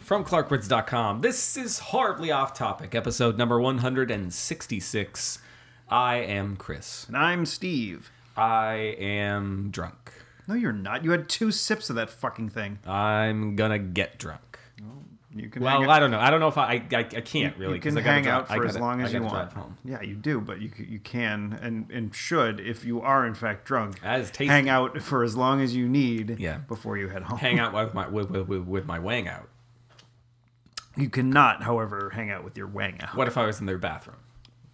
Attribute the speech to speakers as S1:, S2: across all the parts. S1: From ClarkWoods.com, this is Hardly Off Topic, episode number 166. I am Chris.
S2: And I'm Steve.
S1: I am drunk.
S2: No, you're not. You had two sips of that fucking thing.
S1: I'm gonna get drunk.
S2: You can hang
S1: Well, I
S2: out,
S1: don't know. I don't know if I I, I, I can't really.
S2: you
S1: 'cause
S2: can
S1: I gotta
S2: hang
S1: drive-
S2: out
S1: I
S2: for as
S1: gotta-
S2: long
S1: I
S2: as you
S1: gotta
S2: want.
S1: drive home.
S2: Yeah, you do, but you c- you can and and should if you are in fact drunk.
S1: That is tasty.
S2: Hang out for as long as you need.
S1: Yeah.
S2: Before you head home.
S1: Hang out with my with, with, with- with my wang out.
S2: You cannot, however, hang out with your wang out
S1: What if I was in their bathroom?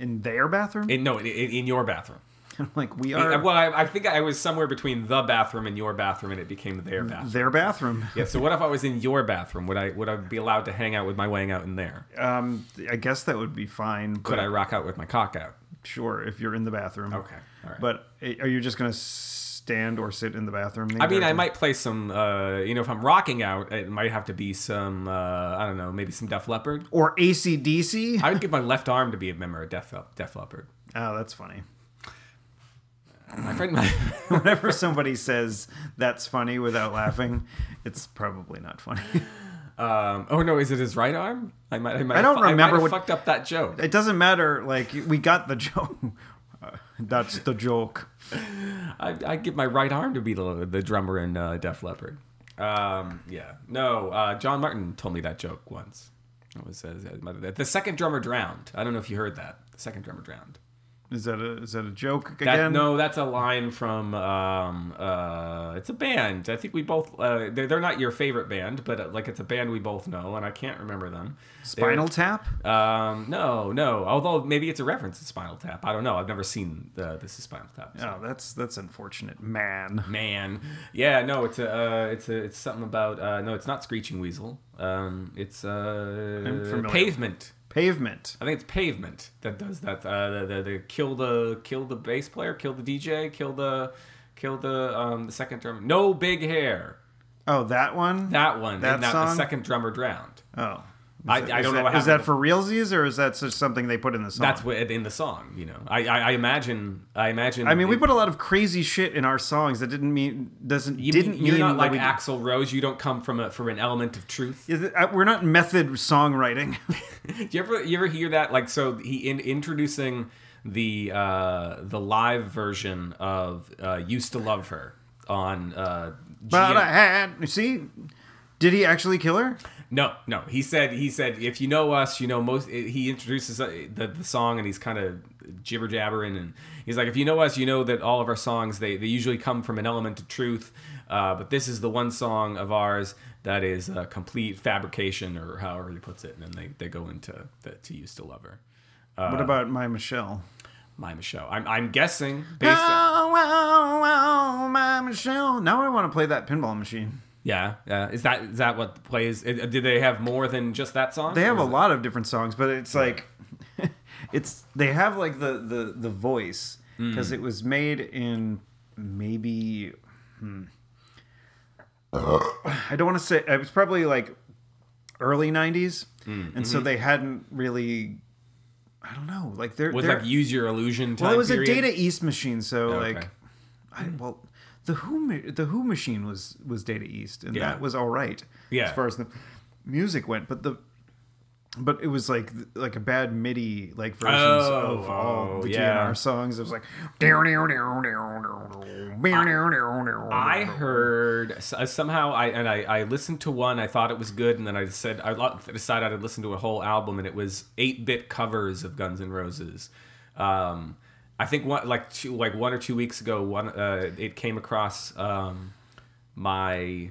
S2: in their bathroom.
S1: In, no, in, in your bathroom.
S2: like we
S1: I-
S2: are
S1: well, I, I think I was somewhere between the bathroom and your bathroom, and it became their bathroom.
S2: their bathroom.
S1: Yeah. So what if I was in your bathroom? Would I would I be allowed to hang out with my wang out in there?
S2: Um, I guess that would be fine. But
S1: Could I rock out with my cock out?
S2: sure if you're in the bathroom.
S1: Okay. All right.
S2: But eh, are you just gonna stand or sit in the bathroom?
S1: I mean, I might play some. Uh, you know, if I'm rocking out, it might have to be some. Uh, I don't know, maybe some Def Leppard.
S2: Or ACDC?
S1: I would give my left arm to be a member of Def Def Leppard.
S2: Oh, that's funny.
S1: My friend, my,
S2: Whenever somebody says that's funny without laughing, it's probably not funny.
S1: um, oh no, is it his right arm? I might. I, might
S2: I don't
S1: fu- might
S2: remember
S1: have
S2: what-
S1: fucked up that joke.
S2: It doesn't matter. Like we got the joke. Uh, that's the joke.
S1: I, I give my right arm to be the, the drummer in uh, Def Leppard. Um, yeah. No, uh, John Martin told me that joke once. It was uh, the second drummer drowned. I don't know if you heard that. The second drummer drowned.
S2: Is that a is that a joke
S1: That,
S2: again?
S1: No, that's a line from. Um, uh, it's a band. I think we both. Uh, they're, they're not your favorite band, but uh, like it's a band we both know, and I can't remember them. They're-
S2: Spinal Tap.
S1: Um, no, no. Although maybe it's a reference to Spinal Tap. I don't know. I've never seen the, this is Spinal Tap. so.
S2: Oh, that's that's unfortunate, man.
S1: Man, yeah, no, it's a, uh, it's a, it's something about. Uh, no, it's not Screeching Weasel. Um, it's uh,
S2: familiar.
S1: pavement.
S2: Pavement.
S1: I think it's pavement that does that. Uh, the, the, the kill the kill the bass player, kill the DJ, kill the kill the um the second drummer. No big hair.
S2: Oh, that one.
S1: That one.
S2: That
S1: and that, The
S2: song?
S1: second drummer drowned.
S2: oh,
S1: I-
S2: Is
S1: I don't know
S2: that-
S1: what
S2: Is that
S1: happened.
S2: for realsies or is that just something they put in the song?
S1: That's what in the song. You know, I I, I imagine. I imagine.
S2: I mean, we put a lot of crazy shit in our songs that didn't mean doesn't
S1: You,
S2: didn't
S1: you're
S2: mean
S1: not
S2: that
S1: like
S2: we-
S1: Axl Rose. You don't come from a from an element of truth.
S2: Is it- uh, We're not method songwriting.
S1: Do you ever you ever hear that? Like, so he in introducing the uh, the live version of uh, "Used to Love Her" on. Uh,
S2: But I
S1: GM
S2: had you see. Did he actually kill her?
S1: no, no. He said he said if you know us, you know most. He introduces uh, the, the song and he's kind of jibber jabbering and he's like, if you know us, you know that all of our songs they they usually come from an element of truth, uh, but this is the one song of ours that is a complete fabrication or however he puts it, and then they, they go into the, to "Used to Love Her." Uh,
S2: what about my Michelle?
S1: My Michelle. I'm, I'm guessing based on,
S2: Oh, wow, wow, my Michelle. Now I want to play that pinball machine.
S1: Yeah, yeah. Is that is that what plays? i- Did they have more than just that song?
S2: They have
S1: Or
S2: a
S1: is it-
S2: lot of different songs, but it's like, it's they have like the the the voice
S1: Hmm.
S2: because it was made in maybe. Hmm, I don't want to say it was probably like early '90s,
S1: Hmm.
S2: and
S1: Mm-hmm.
S2: so they hadn't really. I don't know, like they're
S1: Was
S2: they're,
S1: like use your illusion. Time
S2: Well, it was
S1: period?
S2: a Data East machine, so
S1: Okay.
S2: like, I, well, the Who ma- the Who machine was was Data East, and
S1: Yeah.
S2: that was all right
S1: Yeah.
S2: as far as the music went. But the but it was like like a bad MIDI like versions
S1: Oh,
S2: of all
S1: oh,
S2: the
S1: yeah.
S2: DNR songs. It was like
S1: I
S2: I
S1: heard s- uh, somehow I and I, I listened to one. I thought it was good, and then I said I lo- decided I'd listen to a whole album, and it was eight bit covers of Guns N' Roses. Um, I think one like two like one or two weeks ago, one uh, it came across um, my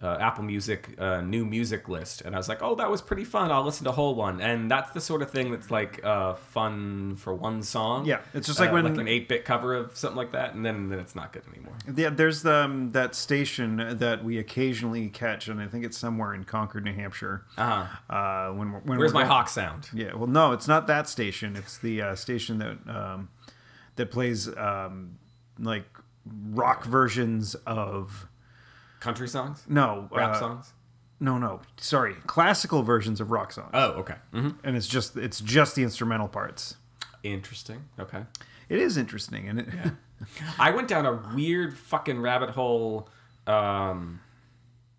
S1: uh, Apple Music uh, new music list, and I was like, oh, that was pretty fun. I'll listen to a whole one, and that's the sort of thing that's like uh, fun for one song.
S2: Yeah, it's just like
S1: Uh,
S2: when-
S1: like an eight bit cover of something like that, and then then it's not good anymore.
S2: Yeah, there's um, that station that we occasionally catch, and I think it's somewhere in Concord, New Hampshire.
S1: Uh-huh.
S2: Uh, when we're- when
S1: Where's
S2: we're
S1: my
S2: going-
S1: hawk sound?
S2: Yeah, well, no, it's not that station. It's the uh, station that um, that plays um, like rock versions of
S1: Country songs?
S2: no
S1: Rap
S2: uh,
S1: songs?
S2: No, no, sorry, classical versions of rock songs,
S1: Oh, okay. hmm
S2: and it's just it's just the instrumental parts.
S1: Interesting. Okay.
S2: It is interesting, and it,
S1: I went down a weird fucking rabbit hole um,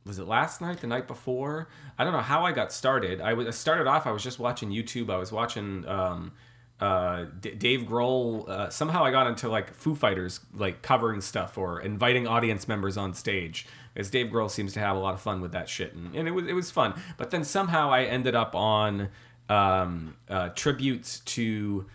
S1: was it last night, the night before? I don't know how I got started. I was I started off. I was just watching YouTube. I was watching um, uh, D- Dave Grohl. Uh, somehow I got into like Foo Fighters, like covering stuff or inviting audience members on stage, as Dave Grohl seems to have a lot of fun with that shit, and, and it was it was fun. But then somehow I ended up on um, uh, tributes to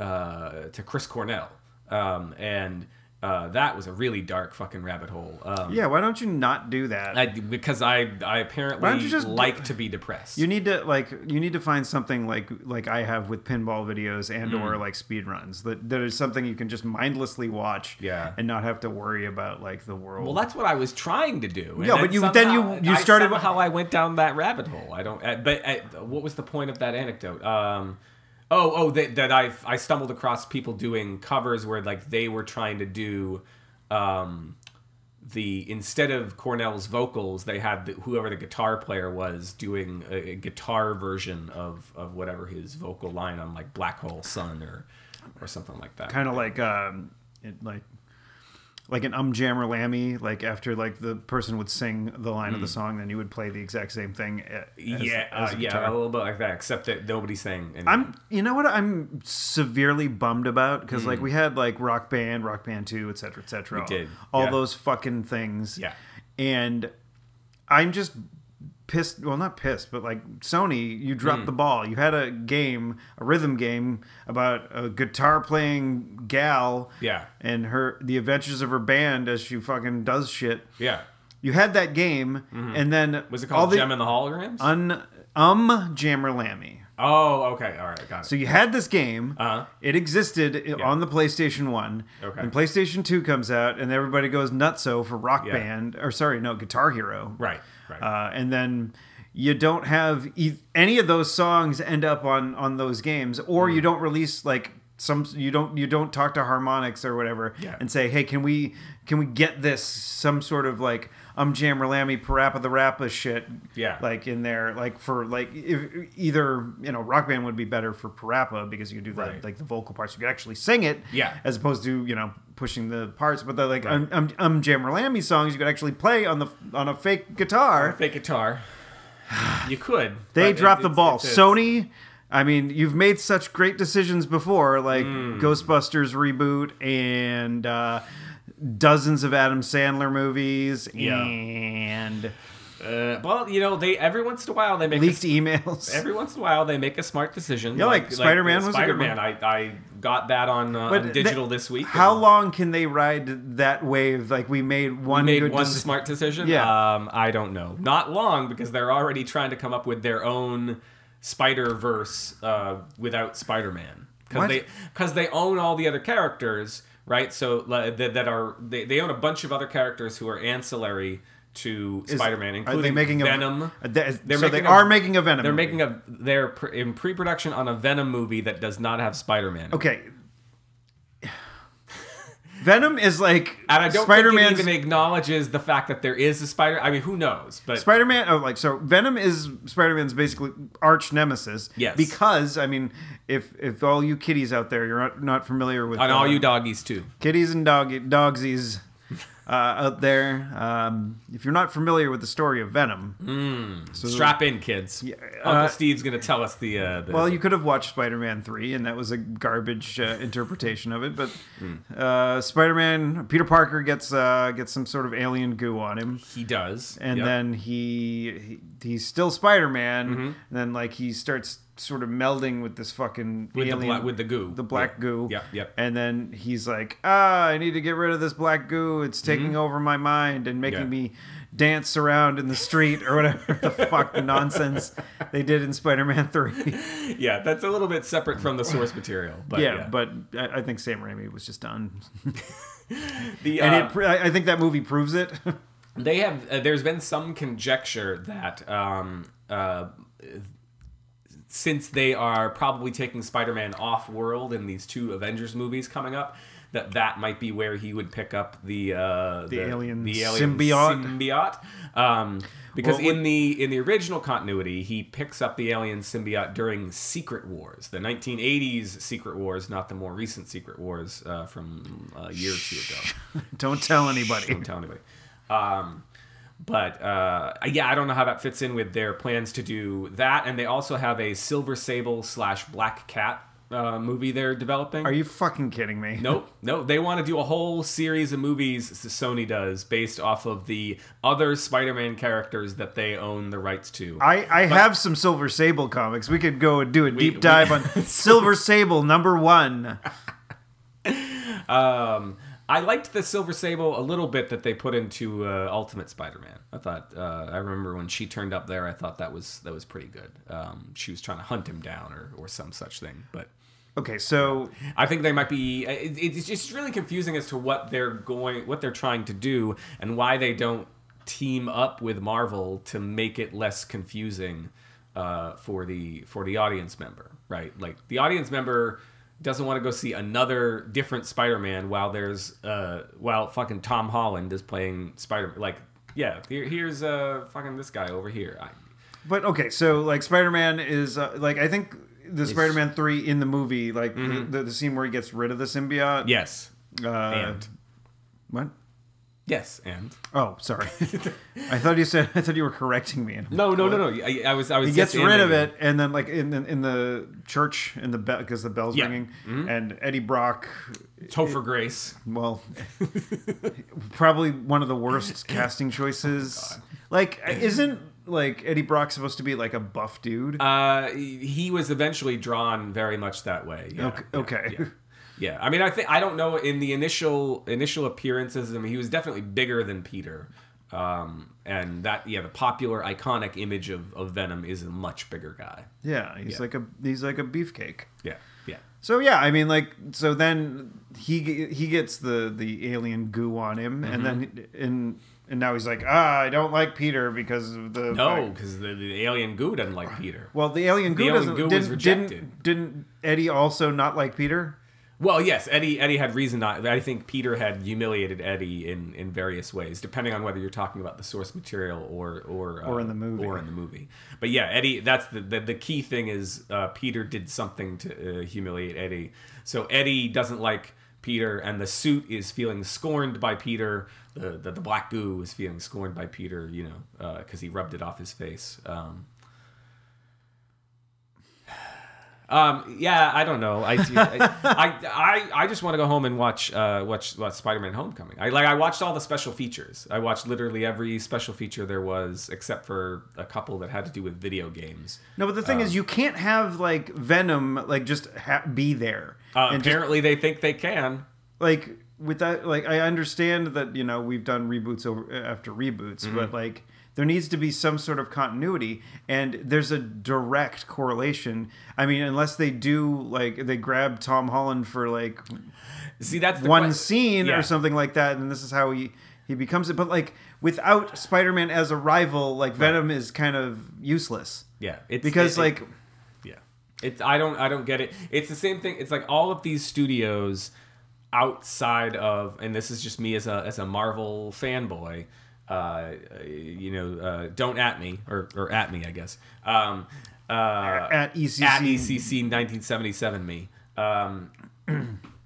S1: uh, to Chris Cornell, um, and uh, that was a really dark fucking rabbit hole. Um,
S2: Yeah, why don't you not do that?
S1: I, because I I apparently
S2: Why don't you just-
S1: like to be depressed.
S2: you need to like you need to find something like like I have with pinball videos and
S1: Mm.
S2: or like speed runs that that is something you can just mindlessly watch
S1: Yeah.
S2: and not have to worry about like the world.
S1: well, that's what I was trying to do. and
S2: Yeah, but you- then you- you
S1: I-
S2: started-
S1: somehow I went down that rabbit hole. I don't. I, but I, what was the point of that anecdote? Um, oh, oh, that, that I I stumbled across people doing covers where like they were trying to do. Um, the instead of Cornell's vocals, they had the, whoever the guitar player was doing a, a guitar version of, of whatever his vocal line on like Black Hole Sun or or something like that.
S2: kind of like um it, like like an um jammer lammy like after like the person would sing the line of the song then you would play the exact same thing a- as-
S1: Hmm. yeah,
S2: as a
S1: uh, yeah,
S2: guitar.
S1: a little bit like that, except that nobody's saying. Anything.
S2: I'm you know what I'm severely bummed about because like we had like Rock Band, Rock Band Two, et cetera, et cetera.
S1: Hmm. We did,
S2: all
S1: yeah.
S2: those fucking things.
S1: Yeah.
S2: and I'm just pissed. Well, not pissed, but like Sony, you dropped
S1: Hmm.
S2: the ball. You had a game, a rhythm game about a guitar playing gal.
S1: Yeah.
S2: and her the adventures of her band as she fucking does shit.
S1: yeah.
S2: You had that game, and then
S1: Mm-hmm. Was it
S2: all
S1: called
S2: the
S1: Gem and the Holograms?
S2: un um jammer lammy.
S1: oh, okay, all right, got it.
S2: So you had this game.
S1: Uh-huh.
S2: It existed i- on the PlayStation 1.
S1: Okay.
S2: And PlayStation 2 comes out, and everybody goes nutso for Rock
S1: Yeah.
S2: Band, or sorry, no, Guitar Hero.
S1: Right, right.
S2: Uh, and then you don't have e- any of those songs end up on on those games, or
S1: Mm.
S2: you don't release like some you don't you don't talk to harmonics or whatever
S1: Yeah.
S2: and say hey can we can we get this some sort of like um jammer lammy parappa the rappa shit
S1: Yeah.
S2: like in there like for like if, either you know rock band would be better for parappa because you could do the,
S1: Right.
S2: like the vocal parts you could actually sing it
S1: Yeah.
S2: as opposed to you know pushing the parts but the like um, um, um jammer lammy songs you could actually play on the on a fake guitar
S1: Fake guitar. You could.
S2: they
S1: but
S2: dropped
S1: it-
S2: the
S1: it's-
S2: ball
S1: it's- it's-
S2: sony i mean you've made such great decisions before like
S1: Hmm.
S2: ghostbusters reboot and uh dozens of adam sandler movies
S1: Yeah.
S2: and
S1: uh, well, you know, they every once in a while they make a
S2: leaked emails
S1: Every once in a while, they make a smart decision.
S2: Yeah, like Spider-Man was a good
S1: Spider-Man. I, I got that on, uh,
S2: But
S1: on
S2: th-
S1: digital this week.
S2: How
S1: and
S2: long can they ride that wave? Like we made one
S1: made
S2: good
S1: one
S2: deci-
S1: smart decision?
S2: Yeah.
S1: um, I don't know. Not long because they're already trying to come up with their own Spider Verse uh, without Spider Man because
S2: What?
S1: they because they own all the other characters, right? So like, that, that are they, they own a bunch of other characters who are ancillary to
S2: Is-
S1: Spider Man,
S2: Are
S1: including
S2: they making a
S1: Venom.
S2: A, th-
S1: They're
S2: so they
S1: making a-
S2: are making a Venom.
S1: They're
S2: movie.
S1: making a they're pr- in pre-production on a Venom movie that does not have Spider-Man.
S2: okay. Venom is like
S1: And I don't spider think it
S2: Spider-Man's
S1: even acknowledges the fact that there is a Spider. I mean, who knows? But
S2: Spider-Man. Oh, like so. Venom is Spider-Man's basically arch nemesis.
S1: Yes.
S2: Because I mean, if if all you kiddies out there, you're not, not familiar with
S1: on all
S2: uh,
S1: you doggies too.
S2: kitties and dog dogsies uh, out there, um, if you're not familiar with the story of Venom,
S1: Mm.
S2: so
S1: Strap in, kids. Uncle Steve's gonna tell us the. Uh, the
S2: uh, Well, you could have watched Spider Man 3, and that was a garbage uh, interpretation of it. But
S1: Hmm.
S2: uh, Spider Man, Peter Parker gets uh, gets some sort of alien goo on him.
S1: he does,
S2: And
S1: Yep. Mm-hmm.
S2: then he, he he's still Spider Man. And then, like, he starts sort of melding with this fucking
S1: with the,
S2: alien.
S1: bla- with the goo,
S2: the black
S1: Yeah.
S2: goo.
S1: Yep, yep.
S2: And then he's like, ah, I need to get rid of this black goo. It's taking over my mind and making
S1: Mm-hmm. Yeah.
S2: me dance around in the street or whatever the fuck nonsense they did in Spider Man 3.
S1: Yeah, that's a little bit separate from the source material. But
S2: yeah,
S1: yeah,
S2: but I, I think Sam Raimi was just done,
S1: the,
S2: and
S1: uh,
S2: it, pr- I I think that movie proves it.
S1: they have uh, there's been some conjecture that um, uh, since they are probably taking spider-man off world in these two avengers movies coming up that that might be where he would pick up the uh, the,
S2: alien
S1: the alien
S2: symbiote.
S1: symbiote, um, because
S2: Well,
S1: in the in the original continuity he picks up the alien symbiote during secret wars the 1980s secret wars not the more recent secret wars uh, from a year or two ago
S2: Don't tell anybody.
S1: don't tell anybody. Um, But uh, yeah, I don't know how that fits in with their plans to do that. And they also have a Silver Sable slash Black Cat uh, movie they're developing.
S2: Are you fucking kidding me?
S1: Nope, nope. They want to do a whole series of movies S- Sony does based off of the other Spider-Man characters that they own the rights to.
S2: I, I have some Silver Sable comics. We could go and do a deep dive on Silver Sable number one.
S1: Um, I liked the Silver Sable a little bit that they put into uh, Ultimate Spider-Man. I thought uh, I remember when she turned up there. I thought that was that was pretty good. Um, she was trying to hunt him down or or some such thing, but.
S2: Okay, so
S1: I think they might be. It, it's just really confusing as to what they're going, what they're trying to do, and why they don't team up with Marvel to make it less confusing uh, for the for the audience member, right? Like the audience member doesn't want to go see another different Spider-Man while there's uh while fucking Tom Holland is playing Spider. Like, yeah, here, here's uh fucking this guy over here. I,
S2: But okay, so like Spider Man is uh, like I think the Spider Man three in the movie, like the, the scene where he gets rid of the symbiote.
S1: yes,
S2: Uh,
S1: and
S2: what?
S1: yes, and
S2: Oh, sorry. I thought you said I thought you were correcting me. And I'm
S1: no,
S2: like,
S1: no,
S2: what?
S1: no, no. I, I was, I was.
S2: He gets rid of it, and then like in in, in the church, in the bell because the bell's
S1: Yeah.
S2: ringing, and Eddie Brock,
S1: Topher Grace.
S2: well, probably one of the worst
S1: Oh,
S2: casting choices. like, isn't like Eddie Brock supposed to be like a buff dude?
S1: Uh, he was eventually drawn very much that way. Yeah,
S2: okay,
S1: yeah,
S2: okay.
S1: Yeah. Yeah. I mean, I think I don't know. In the initial initial appearances, I mean, he was definitely bigger than Peter. Um, and that yeah, the popular iconic image of, of Venom is a much bigger guy.
S2: Yeah, he's like a he's like a beefcake.
S1: Yeah, yeah.
S2: So yeah, I mean like so then he ge- he gets the the alien goo on him
S1: Mm-hmm.
S2: and then and and now he's like, "Ah, I don't like Peter because of the
S1: No,
S2: fact-"
S1: because Oh, the, the alien goo doesn't like Peter.
S2: Well, the alien goo
S1: alien
S2: doesn't
S1: goo was
S2: didn't, didn't
S1: rejected.
S2: didn't Eddie also not like Peter?
S1: Well, yes, Eddie Eddie had reason not. I think Peter had humiliated Eddie in, in various ways, depending on whether you're talking about the source material or or uh,
S2: Or in the movie.
S1: or in the movie. But yeah, Eddie. That's the the, the key thing is uh, Peter did something to uh, humiliate Eddie. So Eddie doesn't like Peter, and the suit is feeling scorned by Peter. The the, the black goo is feeling scorned by Peter. You know, because he rubbed it off his face. Um, Um, yeah, I don't know. I, I, I, I just want to go home and watch, uh, watch, watch Spider-Man: Homecoming. I like, I watched all the special features. I watched literally every special feature there was, except for a couple that had to do with video games.
S2: No, but the thing
S1: Um,
S2: is you can't have like Venom like just ha- be there.
S1: Uh,
S2: and just,
S1: apparently, they think they can.
S2: like with that like I understand that, you know, we've done reboots over after reboots, but
S1: Mm-hmm.
S2: like there needs to be some sort of continuity and there's a direct correlation. I mean, unless they do like they grab Tom Holland for like
S1: See, that's the
S2: one
S1: que-
S2: scene
S1: Yeah.
S2: or something like that and this is how he he becomes it, but like without Spider-Man as a rival, like Venom is kind of useless
S1: Yeah, it's,
S2: because
S1: it- it-
S2: like
S1: Yeah. It's I don't I don't get it. It's the same thing. It's like all of these studios outside of and this is just me as a as a Marvel fanboy. Uh, you know, uh, don't at me or or at me, I guess. Um, uh,
S2: at E ECC,
S1: at ECC 1977 me. Um,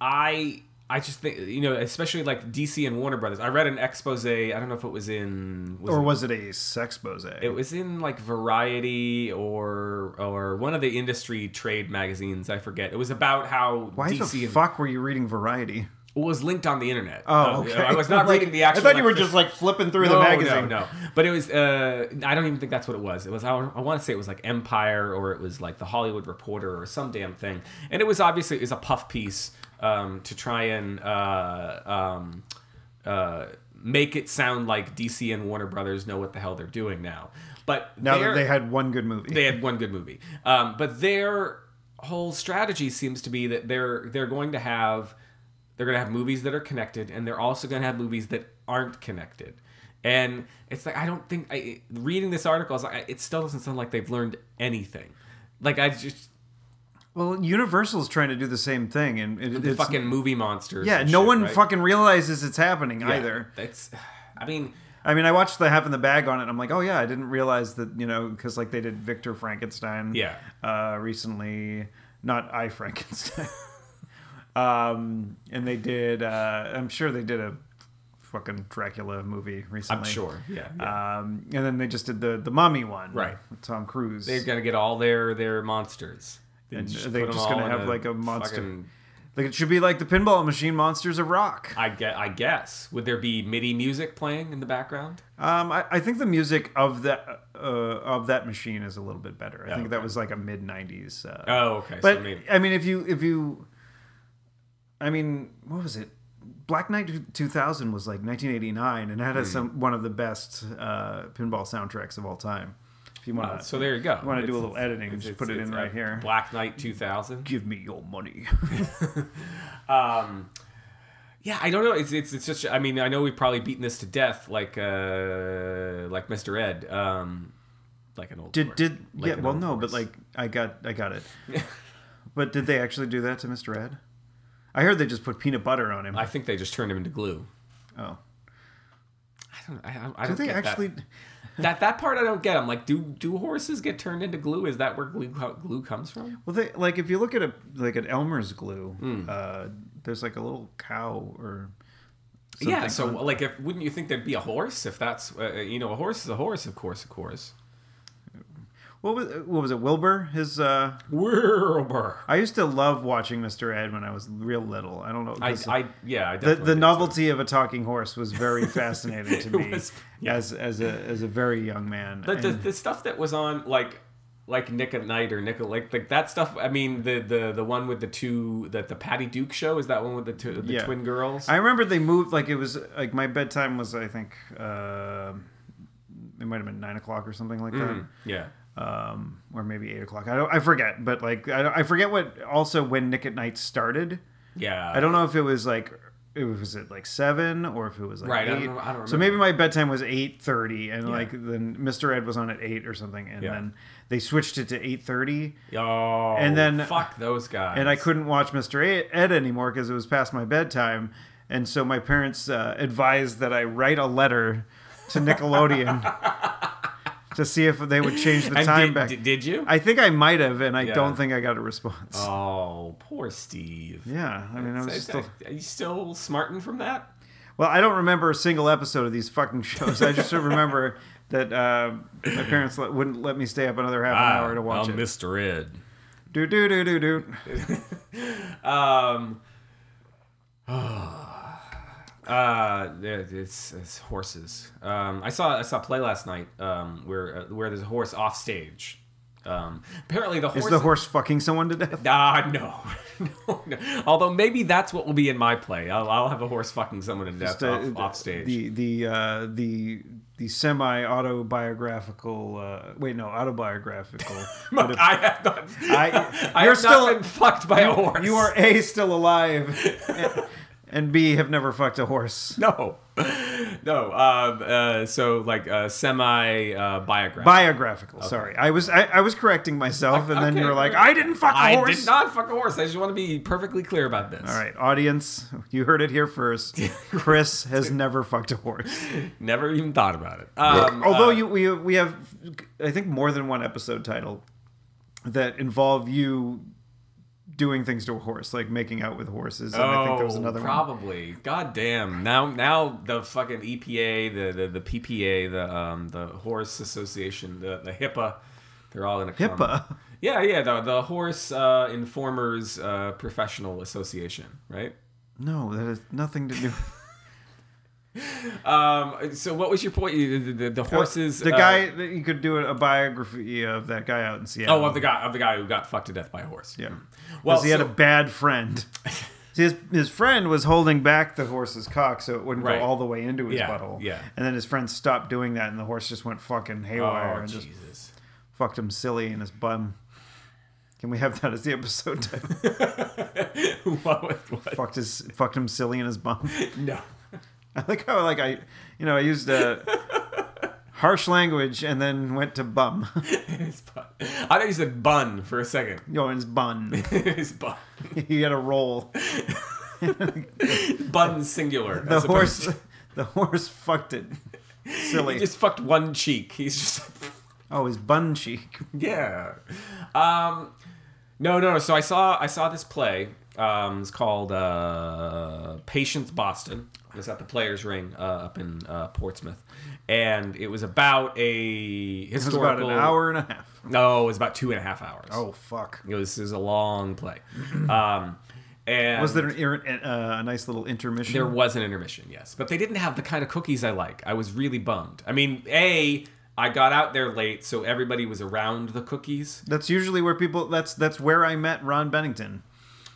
S1: I I just think you know, especially like DC and Warner Brothers. I read an expose. I don't know if it was in was
S2: or
S1: it-
S2: was it a sexpose?
S1: it was in like Variety or or one of the industry trade magazines. I forget. It was about how
S2: Why
S1: DC
S2: the
S1: and-
S2: fuck were you reading Variety?
S1: was linked on the internet.
S2: Oh,
S1: Uh,
S2: okay.
S1: I was not
S2: Like,
S1: reading the actual.
S2: I thought you were
S1: like,
S2: just like flipping through the
S1: no,
S2: magazine.
S1: No, no. But it was. Uh, I don't even think that's what it was. It was. I, want to say it was like Empire, or it was like the Hollywood Reporter, or some damn thing. And it was obviously it was a puff piece um, to try and uh, um, uh, make it sound like DC and Warner Brothers know what the hell they're doing now. But
S2: Now that
S1: they're-
S2: they had one good movie.
S1: they had one good movie. Um, but their whole strategy seems to be that they're they're going to have they're going to have movies that are connected, and they're also going to have movies that aren't connected. And it's like I don't think I, reading this article is like it still doesn't sound like they've learned anything. Like I just
S2: well, Universal's trying to do the same thing, and it,
S1: the
S2: it's
S1: fucking movie monsters.
S2: yeah,
S1: and
S2: no
S1: shit,
S2: one
S1: right?
S2: fucking realizes it's happening
S1: Yeah,
S2: either.
S1: That's I mean.
S2: I mean, I watched the half in the bag on it. and I'm like, oh yeah, I didn't realize that you know because like they did Victor Frankenstein.
S1: Yeah.
S2: Uh, recently, not I Frankenstein. um, and they did. Uh, I'm sure they did a fucking Dracula movie recently.
S1: I'm sure. Yeah. yeah.
S2: Um, and then they just did the the mummy one,
S1: Right.
S2: With Tom Cruise.
S1: They're gonna get all their their monsters.
S2: And
S1: just
S2: are they
S1: put 'em
S2: just
S1: all
S2: gonna
S1: in
S2: have, like, a monster-
S1: fucking-
S2: like it should be like the pinball machine monsters of rock.
S1: I guess, I guess. Would there be MIDI music playing in the background?
S2: Um, I, I think the music of that uh, of that machine is a little bit better. I think that
S1: Oh, okay.
S2: was like a mid '90s. Uh,
S1: Oh, okay.
S2: but
S1: so maybe.
S2: I mean, if you if you, I mean, what was it? Black Knight 2000 was like 1989, and that
S1: Hmm.
S2: has some one of the best uh, pinball soundtracks of all time. If uh, you want to,
S1: uh, So there you go.
S2: wanna do
S1: It's-
S2: a little editing,
S1: it's-
S2: just
S1: it's-
S2: put it
S1: it's
S2: in
S1: at
S2: right here.
S1: Black Knight 2000.
S2: give me your money.
S1: Um, yeah, I don't know. It's, it's it's just. I mean, I know we've probably beaten this to death, like uh, like Mr. Ed, um, like an old.
S2: Did
S1: horse.
S2: did
S1: Like
S2: yeah?
S1: an
S2: Well,
S1: old
S2: no, but
S1: horse.
S2: like I got I got it. but did they actually do that to Mr. Ed? I heard they just put peanut butter on him.
S1: I think they just turned him into glue. I
S2: oh,
S1: don't. I, don't- I
S2: do
S1: don't
S2: they
S1: get
S2: actually?
S1: that. that that part I don't get. I'm like, do do horses get turned into glue? Is that where glue co- glue comes from?
S2: Well, they like if you look at a like at Elmer's glue,
S1: Hmm.
S2: uh, there's like a little cow or something
S1: yeah. So
S2: on-
S1: like, if wouldn't you think there'd be a horse if that's uh, you know a horse is a horse, of course, of course.
S2: what was what was it? Wilbur? His uh,
S1: Wilbur.
S2: I used to love watching Mr. Ed when I was real little. I don't know.
S1: I,
S2: 'cause
S1: I yeah. I
S2: the,
S1: definitely
S2: the
S1: did.
S2: novelty of a talking horse was very fascinating to me
S1: was- yeah.
S2: as as a as a very young man.
S1: But the,
S2: And-
S1: the stuff that was on like like Nick at Night or Nick like like that stuff. I mean the the the one with the two that the Patty Duke show is that one with the two, the
S2: Yeah.
S1: twin girls.
S2: I remember they moved like it was like my bedtime was I think uh, it might have been nine o'clock or something like that.
S1: Hmm, yeah.
S2: um, or maybe eight o'clock. I don't, I forget, but like I, don't- I forget what also when Nick at Night started.
S1: Yeah.
S2: I don't know if it was like it was was it like seven or if it was like
S1: Right, I
S2: Eight.
S1: don't know- I don't
S2: so maybe my bedtime was eight thirty, and like then Mr. Ed was on at eight or something, and
S1: Yeah.
S2: then they switched it to eight thirty,
S1: Oh,
S2: And then-
S1: fuck those guys.
S2: and I couldn't watch Mr. Ed- Ed anymore because it was past my bedtime, and so my parents uh, advised that I write a letter to Nickelodeon. To see if they would change the
S1: And
S2: time
S1: did,
S2: back.
S1: Did, did you?
S2: I think I might have, and I
S1: Yeah.
S2: don't think I got a response.
S1: oh, poor Steve.
S2: yeah, I mean, I was still.
S1: Are you still smarting from that?
S2: Well, I don't remember a single episode of these fucking shows. I just remember that uh, my parents let, wouldn't let me stay up another half
S1: Ah,
S2: an hour to watch it.
S1: Mr. Uh, Ed.
S2: Do do do do do.
S1: Um. Uh, it's, it's horses. Um, I saw I saw a play last night. Um, where uh, where there's a horse off stage. Um, apparently the horse.
S2: Is the horse fucking someone to death?
S1: Ah, no. no, no. Although maybe that's what will be in my play. I'll, I'll have a horse fucking someone to death
S2: The-
S1: off, off stage.
S2: The the uh, the the semi autobiographical. Uh, wait, no, autobiographical.
S1: Look, I have not.
S2: I-
S1: I,
S2: you're
S1: have
S2: still-
S1: not been fucked by a horse.
S2: you are a still alive, and, and b have never fucked a horse.
S1: no, no. Um, uh, so like uh, semi uh, biography.
S2: Biographical. Sorry, I was I, I was correcting myself, and then
S1: Okay,
S2: you were like,
S1: great.
S2: I didn't fuck a
S1: I
S2: horse.
S1: did not fuck a horse. I just want to be perfectly clear about this.
S2: All right, audience, you heard it here first. Chris has never fucked a horse.
S1: Never even thought about it. Um,
S2: Although you, we we have, I think more than one episode title that involve you doing things to a horse, like making out with horses. And I think there was
S1: Oh,
S2: another one.
S1: probably. God damn. Now, now the fucking EPA, the the, the PPA, the um the Horse Association, the the HIPAA, they're all in a common-
S2: HIPAA.
S1: Yeah, yeah. The the Horse uh, Informers uh, Professional Association, right?
S2: No, that has nothing to do.
S1: Um. So, what was your point? The, the- the- the horses.
S2: The
S1: uh,
S2: guy that you could do a biography of that guy out in Seattle.
S1: Oh, of the guy of the guy who got fucked to death by a horse.
S2: yeah.
S1: Well,
S2: because he had
S1: so-
S2: a bad friend. See, his, his friend was holding back the horse's cock so it wouldn't
S1: Right.
S2: go all the way into his
S1: Yeah,
S2: butthole.
S1: yeah.
S2: And then his friend stopped doing that, and the horse just went fucking haywire
S1: Oh,
S2: and just
S1: Jesus.
S2: fucked him silly in his bum. Can we have that as the episode title?
S1: what, was- what?
S2: fucked his fucked him silly in his bum.
S1: No.
S2: I like how like I, you know, I used uh, harsh language and then went to bum.
S1: His bun. I thought you said bun for a second.
S2: Yo, and his bun.
S1: His bun.
S2: he had a roll.
S1: Bun singular.
S2: The
S1: as opposed
S2: horse, the horse fucked it.
S1: to-
S2: Silly.
S1: He just fucked one cheek. He's just.
S2: Oh, his bun cheek.
S1: Yeah. Um. No, no, no. So I saw I saw this play. Um, it's called uh, Patience Boston. It's at the Players Ring uh, up in uh, Portsmouth, and it was about a
S2: It was about
S1: historical.
S2: an hour and a half.
S1: No, it was about two and a half hours.
S2: Oh fuck!
S1: it was, it was a long play. Um, and
S2: Was there an, ir- uh, a nice little intermission?
S1: there was an intermission, yes. But they didn't have the kind of cookies I like. I was really bummed. I mean, A, I got out there late, so everybody was around the cookies.
S2: that's usually where people. That's that's where I met Ron Bennington.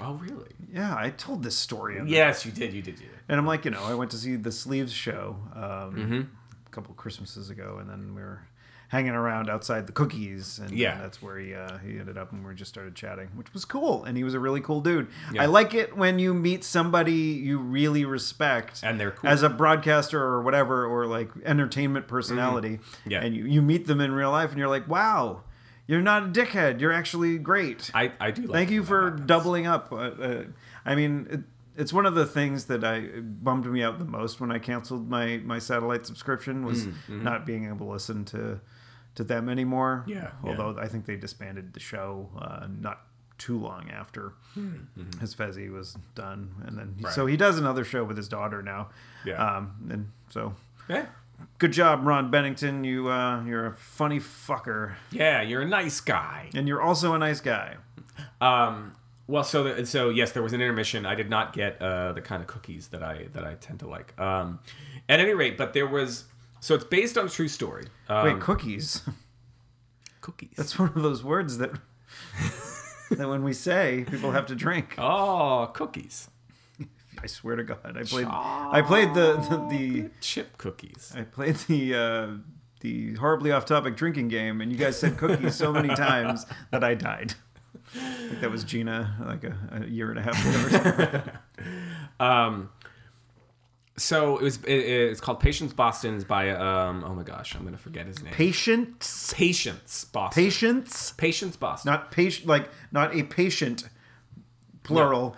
S1: Oh, really?
S2: Yeah, I told this story. on the-
S1: Yes, you did. You did. You did.
S2: And I'm like, you know, I went to see the Sleeves show um,
S1: Mm-hmm.
S2: a couple Christmases ago, and then we were hanging around outside the cookies, and
S1: Yeah.
S2: that's where he uh, he ended up, and we just started chatting, which was cool. And he was a really cool dude. I like it when you meet somebody you really respect,
S1: And they're cool. Mm-hmm.
S2: as a broadcaster or whatever, or like entertainment personality.
S1: Yeah.
S2: and you, you meet them in real life, and you're like, wow, you're not a dickhead. You're actually great.
S1: I, I do like
S2: Thank you
S1: when that
S2: for
S1: happens.
S2: doubling up. Uh, uh, I mean, it, it's one of the things that I it bummed me out the most when I canceled my my satellite subscription
S1: Mm,
S2: was
S1: mm-hmm.
S2: not being able to listen to to them anymore.
S1: Yeah,
S2: although I think they disbanded the show uh, not too long after
S1: Hmm.
S2: Mm-hmm. his Fezzi was done, and then so he does another show with his daughter now.
S1: Yeah.
S2: um, and so.
S1: Yeah.
S2: Good job, Ron Bennington. You uh, you're a funny fucker,
S1: Yeah, you're a nice guy.
S2: and you're also a nice guy.
S1: Um, well, so the, so yes, there was an intermission. I did not get uh, the kind of cookies that I that I tend to like. Um, at any rate, but there was so it's based on a true story. Um,
S2: Wait, cookies.
S1: cookies.
S2: That's one of those words that that when we say, people have to drink.
S1: oh, cookies.
S2: I swear to God, I played. I played the the,
S1: Chip cookies.
S2: the I played the uh, the horribly off topic drinking game, and you guys said cookies so many times that I died. I think that was Gina, like a, a year and a half ago. Or something.
S1: So it was. It, it's called Patience Boston's by. Um, oh my gosh, I'm gonna forget his name.
S2: Patience,
S1: Patience Boston.
S2: patience,
S1: Patience Boston.
S2: not patient, like not a patient, plural.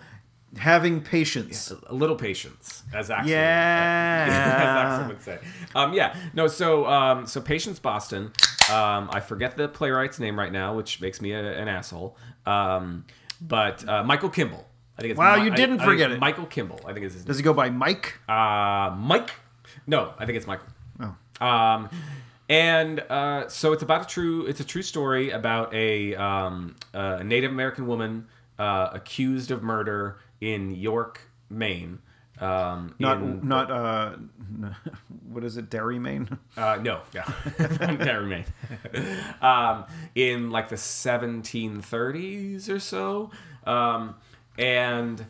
S2: Having patience.
S1: A little patience, as actually. as Axel
S2: Yeah.
S1: would say. Um, yeah, no. So, um, so Patience Boston. Um, I forget the playwright's name right now, which makes me a, an asshole. Um, but uh, Michael Kimball. I think it's
S2: Wow,
S1: Mi-
S2: you
S1: I-
S2: didn't
S1: I think
S2: forget
S1: it's
S2: it.
S1: Michael Kimball. I think it's his name.
S2: Does it go by Mike?
S1: Uh, Mike. No, I think it's Michael.
S2: Oh.
S1: Um, and uh, so it's about a true it's a true story about a, um, a Native American woman uh, accused of murder in York, Maine. Um,
S2: Not
S1: in-
S2: not uh, n- what is it? Dairy Maine.
S1: Uh, no, yeah, never mind. um, in like the 1730s or so, um, and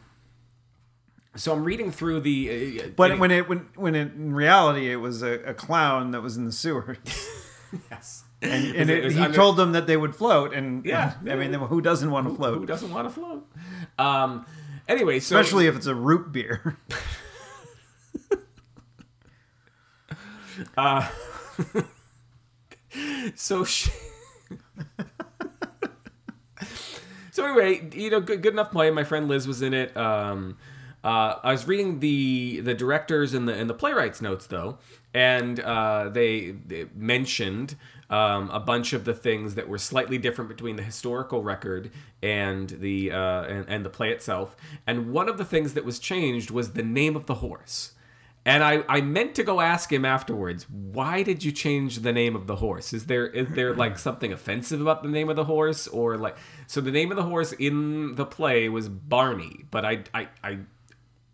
S1: so I'm reading through the. Uh,
S2: But when it when when it, in reality it was a, a clown that was in the sewer,
S1: yes,
S2: and it, he told them that they would float, and
S1: Yeah.
S2: I mean who doesn't want to
S1: who
S2: float,
S1: doesn't want to float. Um, anyway, so
S2: especially if it's a root beer.
S1: so she. so anyway, you know, good, good enough play. My friend Liz was in it. Um, uh, I was reading the the directors and the and the playwrights notes though, and uh, they, they mentioned um, a bunch of the things that were slightly different between the historical record and the uh, and, and the play itself. And one of the things that was changed was the name of the horse. And I, I meant to go ask him afterwards, why did you change the name of the horse? Is there is there like something offensive about the name of the horse or like so the name of the horse in the play was Barney, but I I, I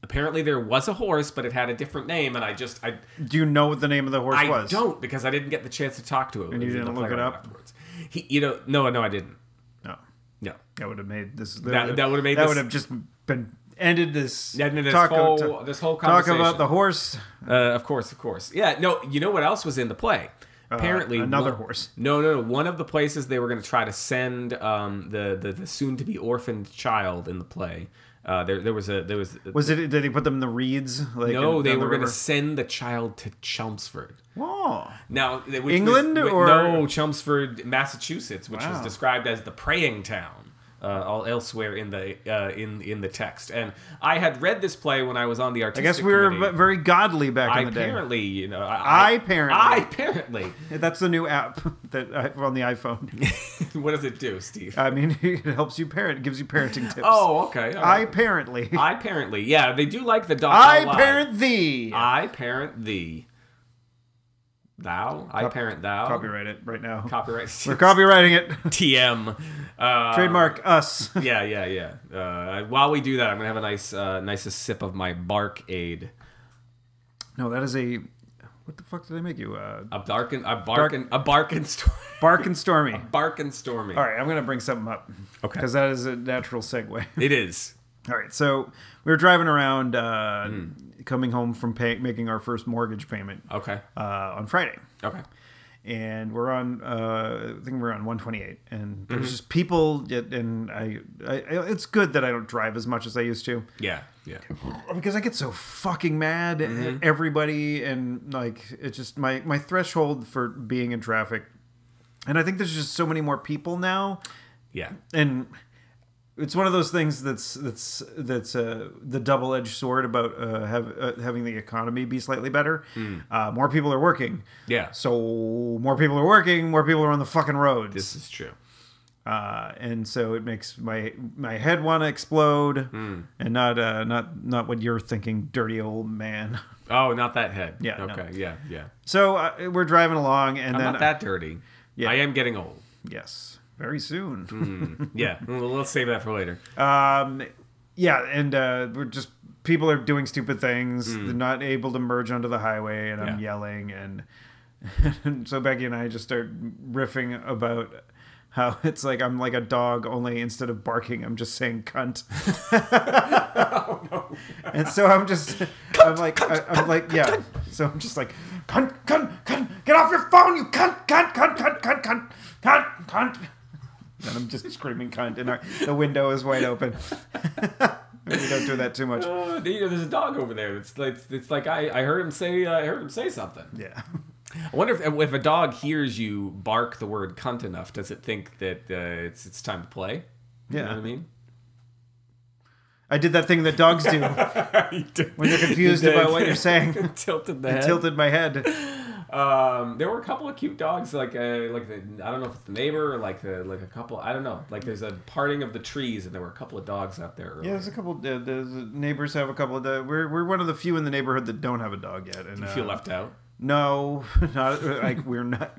S1: apparently there was a horse, but it had a different name and I just I
S2: Do you know what the name of the horse
S1: I
S2: was?
S1: don't because I didn't get the chance to talk to him. And
S2: you didn't look it up?
S1: afterwards. He you know no no I didn't.
S2: No,
S1: No.
S2: that would have made this.
S1: That- that would've made
S2: that
S1: this-
S2: would have just been ended this.
S1: Yeah, no, this
S2: talk,
S1: whole-
S2: ta-
S1: this whole
S2: talk
S1: conversation.
S2: about the horse.
S1: Uh, of course, of course. Yeah, no, you know what else was in the play? Apparently,
S2: Uh, another
S1: one-
S2: horse.
S1: No, no, no. One of the places they were going to try to send um, the the, the soon to be orphaned child in the play. Uh, there, there was a there was.
S2: Was it? Did they put them in the reeds? Like
S1: no,
S2: in-
S1: they
S2: down the
S1: were going to
S2: river?
S1: send the child to Chelmsford.
S2: Oh,
S1: Now, which was-
S2: England
S1: wi-
S2: or-
S1: no Chelmsford, Massachusetts, which was
S2: Wow.
S1: described as the praying town uh, all elsewhere in the uh, in in the text. And I had read this play when I was on the
S2: I
S1: artistic.
S2: guess we were
S1: committee.
S2: v- very godly back
S1: I
S2: in the day.
S1: apparently, you know,
S2: I apparently.
S1: I apparently.
S2: That's the new app that I have on the iPhone.
S1: what does it do, Steve?
S2: I mean, it helps you parent, gives you parenting tips.
S1: oh, okay. all
S2: I
S1: right.
S2: apparently. I,
S1: I apparently, yeah, they do like the dog.
S2: parent thee.
S1: I parent thee. Thou. I
S2: Cop-
S1: parent thou.
S2: Copyright it right now.
S1: Copyright.
S2: We're copywriting it.
S1: TM. Uh,
S2: Trademark us.
S1: Yeah, yeah, yeah. Uh, while we do that, I'm gonna have a nice, uh, nicest sip of my Bark Aid.
S2: No, that is a. What the fuck did I make you? Uh,
S1: A barkin, a barkin, a barkin storm,
S2: bark and stormy.
S1: barkin stormy.
S2: All right, I'm gonna bring something up.
S1: Okay.
S2: Because that is a natural segue.
S1: It is.
S2: All right, so we were driving around, uh,
S1: Hmm.
S2: coming home from pay- making our first mortgage payment
S1: Okay.
S2: uh, on Friday,
S1: Okay.
S2: and we're on. Uh, I think we're on 128, and there's just people. yet- And I, I, I- it's good that I don't drive as much as I used to.
S1: Yeah. Yeah.
S2: because I get so fucking mad at everybody and like it's just my my threshold for being in traffic. And I think there's just so many more people now
S1: Yeah.
S2: and it's one of those things that's that's that's uh, the double-edged sword about uh, have, uh, having the economy be slightly better. Uh, more people are working,
S1: Yeah.
S2: so more people are working. More people are on the fucking roads
S1: This is true.
S2: uh, and so it makes my my head want to explode,
S1: Hmm.
S2: and not uh, not not what you're thinking, dirty old man.
S1: Oh, not that head.
S2: Yeah, no.
S1: Okay. Yeah. Yeah.
S2: So uh, we're driving along, and
S1: I'm
S2: then
S1: not that dirty.
S2: Yeah.
S1: I am getting old.
S2: yes, very soon.
S1: Yeah. well, let's save that for later.
S2: Um, yeah, and uh, we're just people are doing stupid things. They're not able to merge onto the highway, and I'm
S1: Yeah.
S2: yelling, and, and so Becky and I just start riffing about how it's like I'm like a dog, only instead of barking, I'm just saying cunt. And so I'm just, I'm like, I, am like, yeah. So I'm just like, cunt, cunt, cunt, get off your phone, you cunt, cunt, cunt, cunt, cunt, cunt, cunt, cunt. And I'm just screaming cunt, and our, the window is wide open. we don't do that too much.
S1: Uh, you know, there's a dog over there. It's like it's like I, I heard him say uh, I heard him say something.
S2: Yeah.
S1: I wonder if if a dog hears you bark the word cunt enough, does it think that uh, it's it's time to play? You know what I
S2: Yeah.
S1: mean?
S2: I did that thing that dogs do when they're confused about what you're saying.
S1: tilted the
S2: I
S1: head.
S2: tilted my head.
S1: Um, there were a couple of cute dogs, like uh, like the, I don't know if it's the neighbor or like the like a couple. I don't know. Like there's a parting of the trees, and there were a couple of dogs out there.
S2: Yeah,
S1: Earlier.
S2: there's a couple. Uh, there's neighbors have a couple of. The, we're we're one of the few in the neighborhood that don't have a dog yet. And
S1: I feel
S2: uh,
S1: left out.
S2: No, not like we're not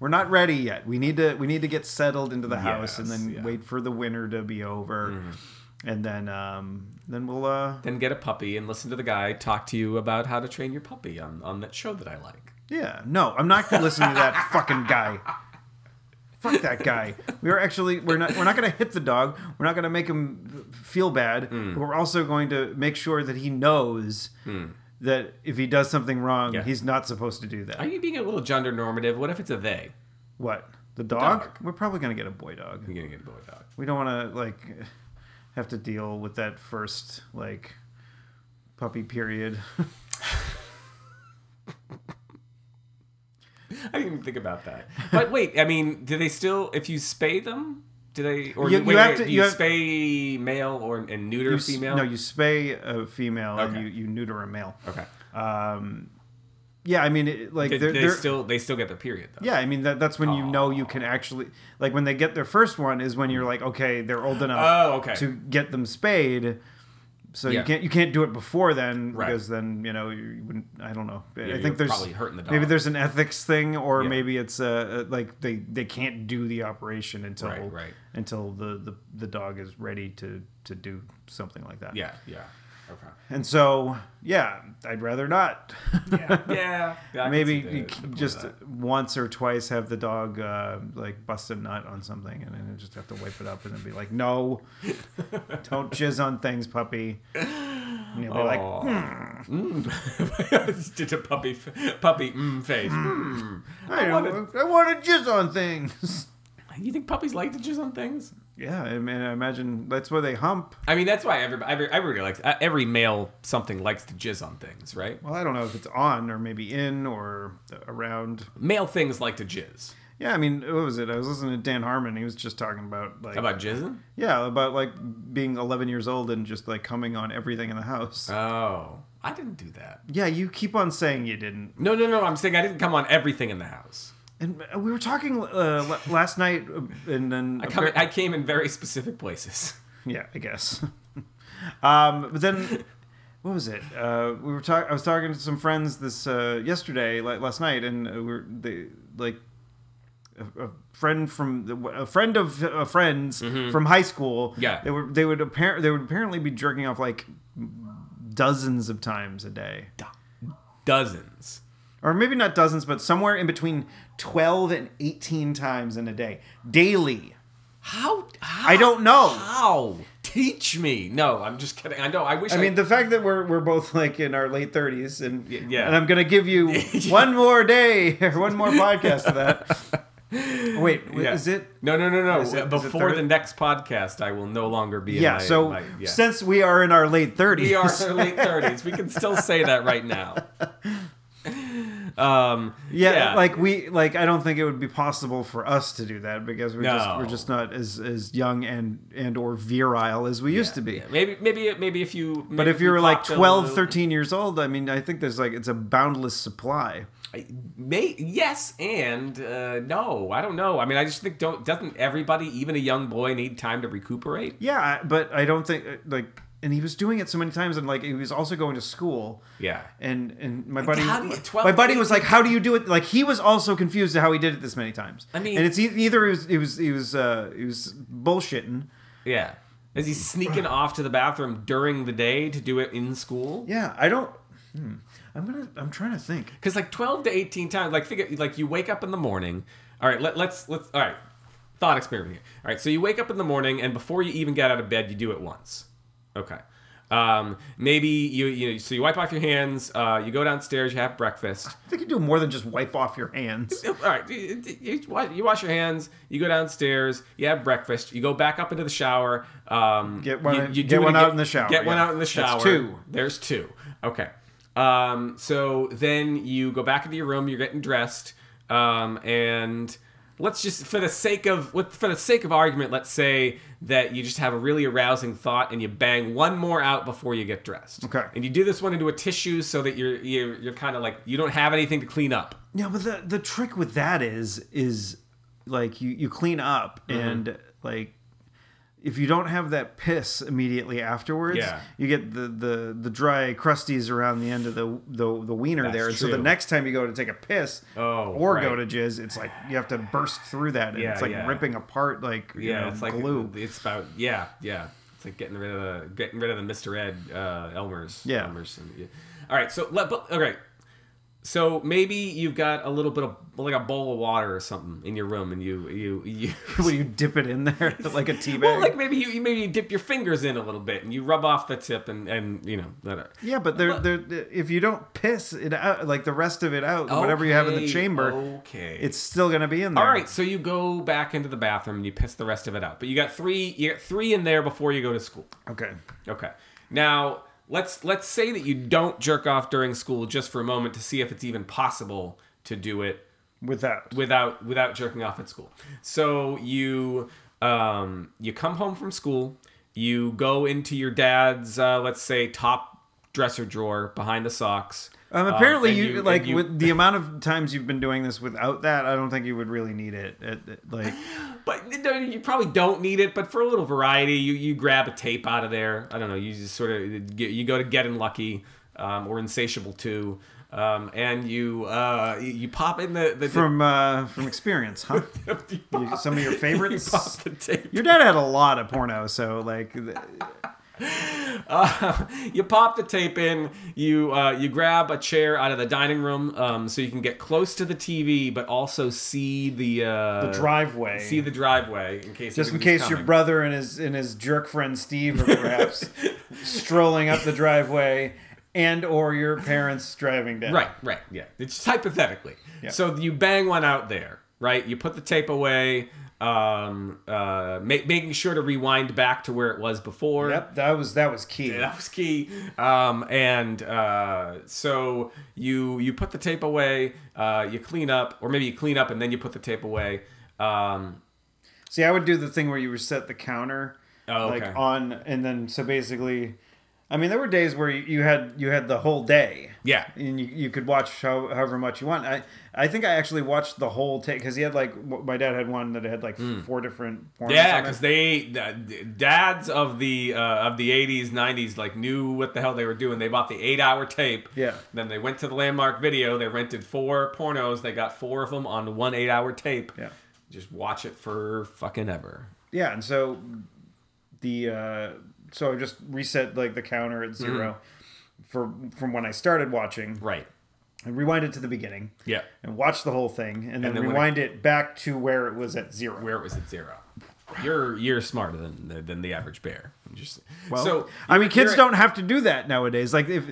S2: we're not ready yet. We need to we need to get settled into the house and
S1: Yes,
S2: then
S1: yeah. Mm-hmm.
S2: wait for the winter to be over. And then um then we'll uh
S1: Then get a puppy and listen to the guy talk to you about how to train your puppy on on that show that I like.
S2: yeah, no, I'm not going to listen to that fucking guy. Fuck that guy. We are actually we're not we're not going to hit the dog. We're not going to make him feel bad.
S1: Mm.
S2: But we're also going to make sure that he knows that if he does something wrong,
S1: Yeah.
S2: he's not supposed to do that.
S1: Are you being a little gender normative? What if it's a they?
S2: what? The
S1: dog.
S2: dog? We're probably going to get a boy dog.
S1: You're gonna get a boy dog.
S2: we don't want to like have to deal with that first like puppy period.
S1: I didn't even think about that. But wait, I mean, do they still? If you spay them, do they? Or
S2: You-
S1: wait,
S2: you have
S1: wait,
S2: to-
S1: do
S2: you
S1: you,
S2: have-
S1: spay male or and neuter
S2: You s-
S1: female?
S2: No, you spay a female
S1: Okay.
S2: and you, you neuter a male.
S1: okay.
S2: Yeah, I mean, it, like
S1: They,
S2: they're,
S1: they
S2: they're
S1: still they still get their period though.
S2: yeah, I mean that that's when you know you can actually like when they get their first one is when you're like okay they're old enough
S1: Mm. Oh, okay.
S2: to get them spayed. So
S1: Yeah.
S2: you can't you can't do it before then
S1: Right.
S2: because then you know you wouldn't I don't know I
S1: you're
S2: think there's
S1: probably hurting the dog.
S2: maybe there's an ethics thing or
S1: Yeah.
S2: maybe it's uh, uh, like they they can't do the operation until
S1: Right, right.
S2: until the, the the dog is ready to to do something like that
S1: yeah, yeah. Okay.
S2: and so yeah I'd rather not
S1: Yeah, yeah. I can
S2: maybe
S1: see the-
S2: you
S1: the
S2: c-
S1: point of
S2: just
S1: that.
S2: once or twice have the dog uh, like bust a nut on something and then just have to wipe it up and then be like, no, don't jizz on things, puppy. And you'll be like, hmm.
S1: Aw. Mm. Did a puppy f- puppy mm face.
S2: Hmm. I,
S1: wanna-
S2: don't- I want to jizz on things.
S1: You think puppies like to jizz on things?
S2: yeah, I mean, I imagine that's where they hump.
S1: I mean, that's why everybody, every, everybody likes uh, every male something likes to jizz on things, right?
S2: Well, I don't know if it's on or maybe in or around.
S1: Male things like to jizz.
S2: Yeah, I mean, what was it? I was listening to Dan Harmon. He was just talking about like
S1: About Jizzin?
S2: yeah, about like being 11 years old and just like coming on everything in the house.
S1: Oh, I didn't do that.
S2: yeah, you keep on saying you didn't.
S1: No, no, no. I'm saying I didn't come on everything in the house.
S2: And we were talking uh, la- last night, uh, and then
S1: I, come, I came in very specific places.
S2: yeah, I guess. um, but then, what was it? Uh, we were talking. I was talking to some friends this uh, yesterday, like last night, and uh, we were they like a, a friend from the, a friend of uh, friends from high school.
S1: Mm-hmm. Yeah.
S2: they were they would apparent they would apparently be jerking off like dozens of times a day.
S1: Dozens.
S2: or maybe not dozens, but somewhere in between 12 and 18 times in a day, daily.
S1: How, how?
S2: I don't know.
S1: How? Teach me. No, I'm just kidding. I know. I wish.
S2: I mean, the fact that we're, we're both like in our late 30s, and,
S1: yeah.
S2: and I'm going to give you one more day or one more podcast of that. Wait,
S1: Yeah.
S2: is it?
S1: No, no, no, no.
S2: Is it- is it
S1: Before
S2: thirty-
S1: the next podcast, I will no longer be.
S2: Yeah,
S1: In my,
S2: so
S1: my- yeah.
S2: since we are in our late 30s,
S1: we are in our late thirties. We can still say that right now. Um.
S2: yeah, like we like I don't think it would be possible for us to do that because we're just
S1: No.
S2: we're just not as as young and and or virile as we used to be.
S1: yeah, maybe, maybe, maybe if you.
S2: But if you're like 12, 13 years old, I mean, I think there's like, it's a boundless supply.
S1: I- May yes and uh, no. I don't know. I mean, I just think don't doesn't everybody, even a young boy, need time to recuperate?
S2: Yeah, I- but I don't think, uh, like, and he was doing it so many times, and like, he was also going to school.
S1: Yeah.
S2: And and my buddy,
S1: how do you- 12
S2: my buddy was like, "How do you do it?" Like he was also confused to how he did it this many times.
S1: I mean-
S2: and it's e- either he was he was he was uh, he was bullshitting.
S1: Yeah. Is he sneaking off to the bathroom during the day to do it in school?
S2: Yeah, I don't. Hmm, I'm gonna. I'm trying to think.
S1: Because like twelve to eighteen times, like figure like you wake up in the morning. All right, let, let's let's all right. Thought experiment here. All right, so you wake up in the morning, and before you even get out of bed, you do it once. Okay. Um, maybe you you so you wipe off your hands. Uh, you go downstairs. You have breakfast.
S2: I think you do more than just wipe off your hands.
S1: All right, you, you, you wash your hands. You go downstairs. You have breakfast. You go back up into the shower. Um,
S2: Get one-
S1: you, you
S2: get
S1: do it
S2: one
S1: again-
S2: out in the shower,
S1: Get one
S2: yeah.
S1: out in the
S2: That's
S1: shower.
S2: two.
S1: There's two. Okay. Um, so then you go back into your room. You're getting dressed. Um, and let's just for the sake of what for the sake of argument, let's say that you just have a really arousing thought and you bang one more out before you get dressed.
S2: Okay.
S1: And you do this one into a tissue so that you're you're, you're kind of like you don't have anything to clean up.
S2: No, but the the trick with that is is like you you clean up
S1: Mm-hmm.
S2: and like if you don't have that piss immediately afterwards,
S1: Yeah.
S2: you get the, the the dry crusties around the end of the the, the wiener there. And so the
S1: true.
S2: next time you go to take a piss
S1: Oh,
S2: or go to
S1: right.
S2: jizz, it's like you have to burst through that and
S1: Yeah,
S2: it's like
S1: yeah.
S2: ripping apart like you
S1: yeah,
S2: know,
S1: it's like
S2: glue.
S1: It's about yeah, yeah. It's like getting rid of the getting rid of the Mister Ed uh, Elmer's.
S2: Yeah.
S1: Elmer's. Yeah. All right, so let but okay. So maybe you've got a little bit of like a bowl of water or something in your room, and you you you.
S2: When you dip it in there like a tea bag.
S1: Well, like maybe you you- maybe you dip your fingers in a little bit and you rub off the tip and and you know that.
S2: yeah, but they're, they're, if you don't piss it out, like the rest of it out, whatever you have in the
S1: Okay,
S2: chamber,
S1: Okay.
S2: it's still gonna be in there.
S1: all right. So you go back into the bathroom and you piss the rest of it out, but you got three you got three in there before you go to school.
S2: Okay.
S1: Okay. Now let's let's say that you don't jerk off during school just for a moment to see if it's even possible to do it
S2: With that.
S1: without without jerking off at school. So you um, you come home from school, you go into your dad's uh, let's say top dresser drawer behind the socks.
S2: Um, apparently,
S1: and
S2: you,
S1: and
S2: like
S1: you-
S2: with the amount of times you've been doing this without that. I don't think you would really need it. It- it- like,
S1: But you know, you probably don't need it. But for a little variety, you, you grab a tape out of there. I don't know. You just sort of you go to Getting Lucky um, or Insatiable Two, um, and you uh, you- you pop in the the
S2: from uh, from experience, huh?
S1: you
S2: You-
S1: pop-
S2: some of your
S1: you pop
S2: favorites.
S1: the tape.
S2: Your dad had a lot of porno, so like, th-
S1: Uh, you pop the tape in. You uh, you grab a chair out of the dining room um, so you can get close to the TV, but also see the uh,
S2: driveway.
S1: See the driveway in case
S2: just in
S1: anybody's
S2: case your
S1: coming.
S2: brother and his and his jerk friend Steve are perhaps strolling up the driveway, and or your parents driving down.
S1: Right, right, yeah. It's just hypothetically.
S2: Yeah.
S1: So you bang one out there, right? You put the tape away. um, uh, ma- making sure to rewind back to where it was before.
S2: Yep, that was that was key.
S1: That was key. Um, and uh, so you you put the tape away, uh, you clean up, or maybe you clean up and then you put the tape away. Um,
S2: See, I would do the thing where you reset the counter,
S1: Oh, okay.
S2: like on, and then so basically, I mean, there were days where you, you had you had the whole day,
S1: yeah.
S2: and you, you could watch how, however much you want. I I think I actually watched the whole tape because he had like w- my dad had one that had like four different forms.
S1: Hmm. Yeah,
S2: on it.
S1: because they the- dads of the uh, of the eighties, nineties, like knew what the hell they were doing. They bought the eight hour tape.
S2: Yeah.
S1: Then they went to the landmark video. They rented four pornos. They got four of them on one eight hour tape.
S2: Yeah.
S1: Just watch it for fucking ever.
S2: Yeah, and so the uh, so I just reset like the counter
S1: Hmm.
S2: at 0 for from when I started watching.
S1: Right.
S2: And rewind it to the beginning
S1: Yeah.
S2: and watch the whole thing, and then,
S1: then when it-
S2: rewind it back to where it was at zero.
S1: Where it was at zero. You're you're smarter than than the average bear. Just,
S2: Well,
S1: so
S2: I mean, kids
S1: you're-
S2: don't have to do that nowadays. Like if